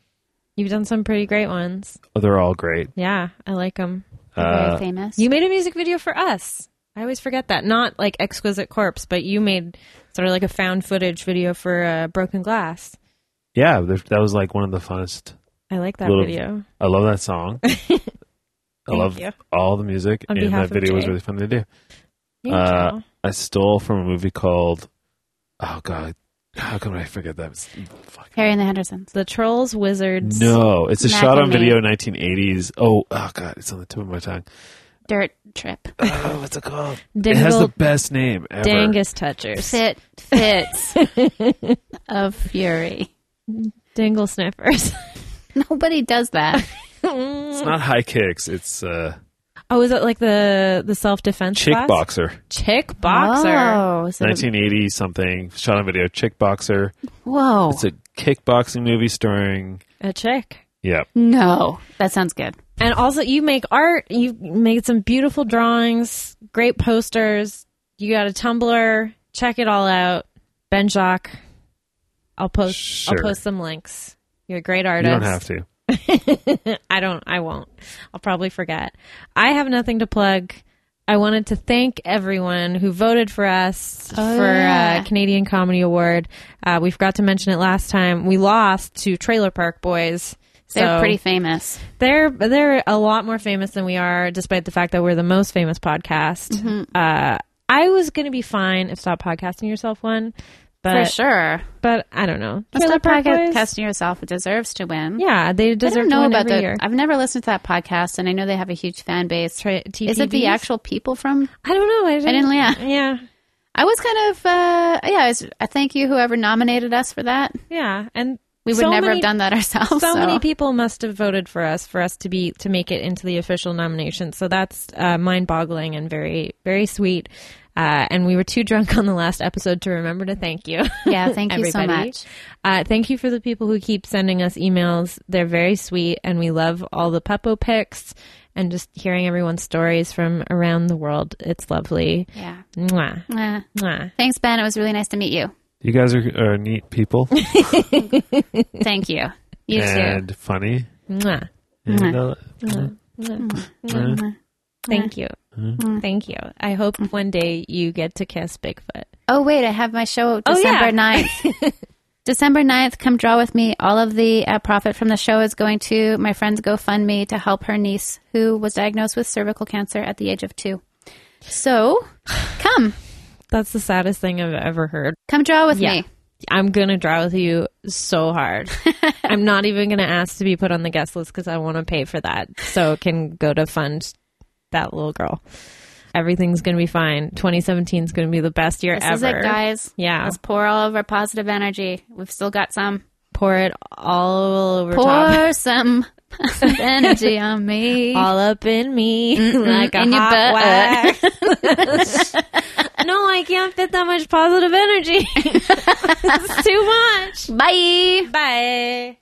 [SPEAKER 1] you've done some pretty great ones.
[SPEAKER 3] oh, they're all great
[SPEAKER 1] Yeah, I like them.
[SPEAKER 2] Very
[SPEAKER 3] uh,
[SPEAKER 2] famous.
[SPEAKER 1] You made a music video for us. I always forget that. Not like Exquisite Corpse, but you made sort of like a found footage video for uh, Broken Glass.
[SPEAKER 3] yeah there's- that was like one of the funnest
[SPEAKER 1] I like that
[SPEAKER 3] Little- uh,
[SPEAKER 1] video.
[SPEAKER 3] i love that song i love
[SPEAKER 1] you.
[SPEAKER 3] all the music
[SPEAKER 1] On
[SPEAKER 3] and
[SPEAKER 1] behalf
[SPEAKER 3] that
[SPEAKER 1] of
[SPEAKER 3] video was
[SPEAKER 1] Jay.
[SPEAKER 3] really fun to do
[SPEAKER 1] You can
[SPEAKER 3] uh,
[SPEAKER 1] tell.
[SPEAKER 3] i stole from a movie called oh god how come i forget that It's- fuck.
[SPEAKER 2] Harry and the Hendersons.
[SPEAKER 1] the Trolls Wizards.
[SPEAKER 3] No, it's a
[SPEAKER 2] Mac
[SPEAKER 3] shot
[SPEAKER 2] and
[SPEAKER 3] on
[SPEAKER 2] me.
[SPEAKER 3] video 1980s. Oh, oh god, it's on the tip of my tongue.
[SPEAKER 2] Dirt trip.
[SPEAKER 3] Oh, what's it called?
[SPEAKER 1] Dingle-
[SPEAKER 3] it has the best name ever.
[SPEAKER 1] Dangus Touchers.
[SPEAKER 2] Fit fits of fury.
[SPEAKER 1] Dingle Sniffers.
[SPEAKER 2] Nobody does that.
[SPEAKER 3] It's not high kicks. It's uh,
[SPEAKER 1] oh, is it like the the self defense
[SPEAKER 3] chick boxer.
[SPEAKER 1] Chick boxer.
[SPEAKER 2] Oh, is it a-
[SPEAKER 3] 1980 something. Shot on video. Chick boxer.
[SPEAKER 2] whoa.
[SPEAKER 3] It's a kickboxing movie starring.
[SPEAKER 1] A chick.
[SPEAKER 3] Yeah,
[SPEAKER 2] no, that sounds good.
[SPEAKER 1] And also, you make art. You made some beautiful drawings, great posters. You got a Tumblr. Check it all out, Ben Jock. I'll post.
[SPEAKER 3] Sure.
[SPEAKER 1] I'll post some links. You're a great
[SPEAKER 3] you
[SPEAKER 1] artist.
[SPEAKER 3] don't have to.
[SPEAKER 1] I don't. I won't. I'll probably forget. I have nothing to plug. I wanted to thank everyone who voted for us
[SPEAKER 2] Oh,
[SPEAKER 1] for
[SPEAKER 2] yeah.
[SPEAKER 1] uh, Canadian Comedy Award. Uh, we forgot to mention it last time. We lost to Trailer Park Boys.
[SPEAKER 2] They're
[SPEAKER 1] so-
[SPEAKER 2] pretty famous.
[SPEAKER 1] they're they're a lot more famous than we are, despite the fact that we're the most famous podcast.
[SPEAKER 2] Mm-hmm.
[SPEAKER 1] Uh, I was going to be fine if stop podcasting yourself won, but
[SPEAKER 2] for sure.
[SPEAKER 1] but I don't know. Trailer
[SPEAKER 2] Stop
[SPEAKER 1] Park Boys?
[SPEAKER 2] podcasting yourself. It deserves to win.
[SPEAKER 1] Yeah, they
[SPEAKER 2] I
[SPEAKER 1] deserve
[SPEAKER 2] don't know
[SPEAKER 1] to win
[SPEAKER 2] about
[SPEAKER 1] every year.
[SPEAKER 2] that. I've never listened to that podcast, and I know they have a huge fan base.
[SPEAKER 1] Tra-
[SPEAKER 2] Is it the
[SPEAKER 1] TPBs?
[SPEAKER 2] actual people from
[SPEAKER 1] I don't know. I didn't.
[SPEAKER 2] didn't- yeah.
[SPEAKER 1] yeah,
[SPEAKER 2] I was kind of, uh, yeah, I, was, I thank you, whoever nominated us for that.
[SPEAKER 1] yeah, and
[SPEAKER 2] We would
[SPEAKER 1] so
[SPEAKER 2] never
[SPEAKER 1] many-
[SPEAKER 2] have done that ourselves. So,
[SPEAKER 1] So many people must have voted for us for us to be to make it into the official nomination. So that's uh, mind-boggling and very very sweet. Uh, and we were too drunk on the last episode to remember to thank you.
[SPEAKER 2] Yeah, thank you so
[SPEAKER 1] everybody.
[SPEAKER 2] much.
[SPEAKER 1] Uh, thank you for the people who keep sending us emails. They're very sweet, and we love all the Puppo pics and just hearing everyone's stories from around the world. It's lovely.
[SPEAKER 2] Yeah.
[SPEAKER 1] Mwah,
[SPEAKER 2] Uh,
[SPEAKER 1] mwah.
[SPEAKER 2] thanks, Ben. It was really nice to meet you.
[SPEAKER 3] You guys are, are neat people
[SPEAKER 2] Thank you. You too.
[SPEAKER 3] and uh, funny.
[SPEAKER 1] Mwah.
[SPEAKER 3] And,
[SPEAKER 1] Mm-hmm.
[SPEAKER 3] uh,
[SPEAKER 2] Mm-hmm.
[SPEAKER 1] Thank you. Thank you. I hope
[SPEAKER 2] Mm.
[SPEAKER 1] one day you get to kiss Bigfoot.
[SPEAKER 2] Oh, wait, I have my show
[SPEAKER 1] Oh,
[SPEAKER 2] December
[SPEAKER 1] yeah.
[SPEAKER 2] ninth. 9th. December 9th, come draw with me. All of the uh, profit from the show is going to my friend's GoFundMe to help her niece who was diagnosed with cervical cancer at the age of two. So come,
[SPEAKER 1] That's the saddest thing I've ever heard.
[SPEAKER 2] come draw with
[SPEAKER 1] Yeah.
[SPEAKER 2] me.
[SPEAKER 1] I'm gonna draw with you so hard. I'm not even gonna ask to be put on the guest list because I want to pay for that, so it can go to fund that little girl. Everything's gonna be fine. 2017 is gonna be the best year
[SPEAKER 2] This
[SPEAKER 1] ever.
[SPEAKER 2] is it, guys.
[SPEAKER 1] Yeah,
[SPEAKER 2] Let's pour all of our positive energy. We've still got some.
[SPEAKER 1] pour it all over top,
[SPEAKER 2] Pour some positive energy on me.
[SPEAKER 1] all up in me like a
[SPEAKER 2] in your butt.
[SPEAKER 1] hot wax. no, I can't fit that much positive energy. That's too much.
[SPEAKER 2] Bye.
[SPEAKER 1] Bye.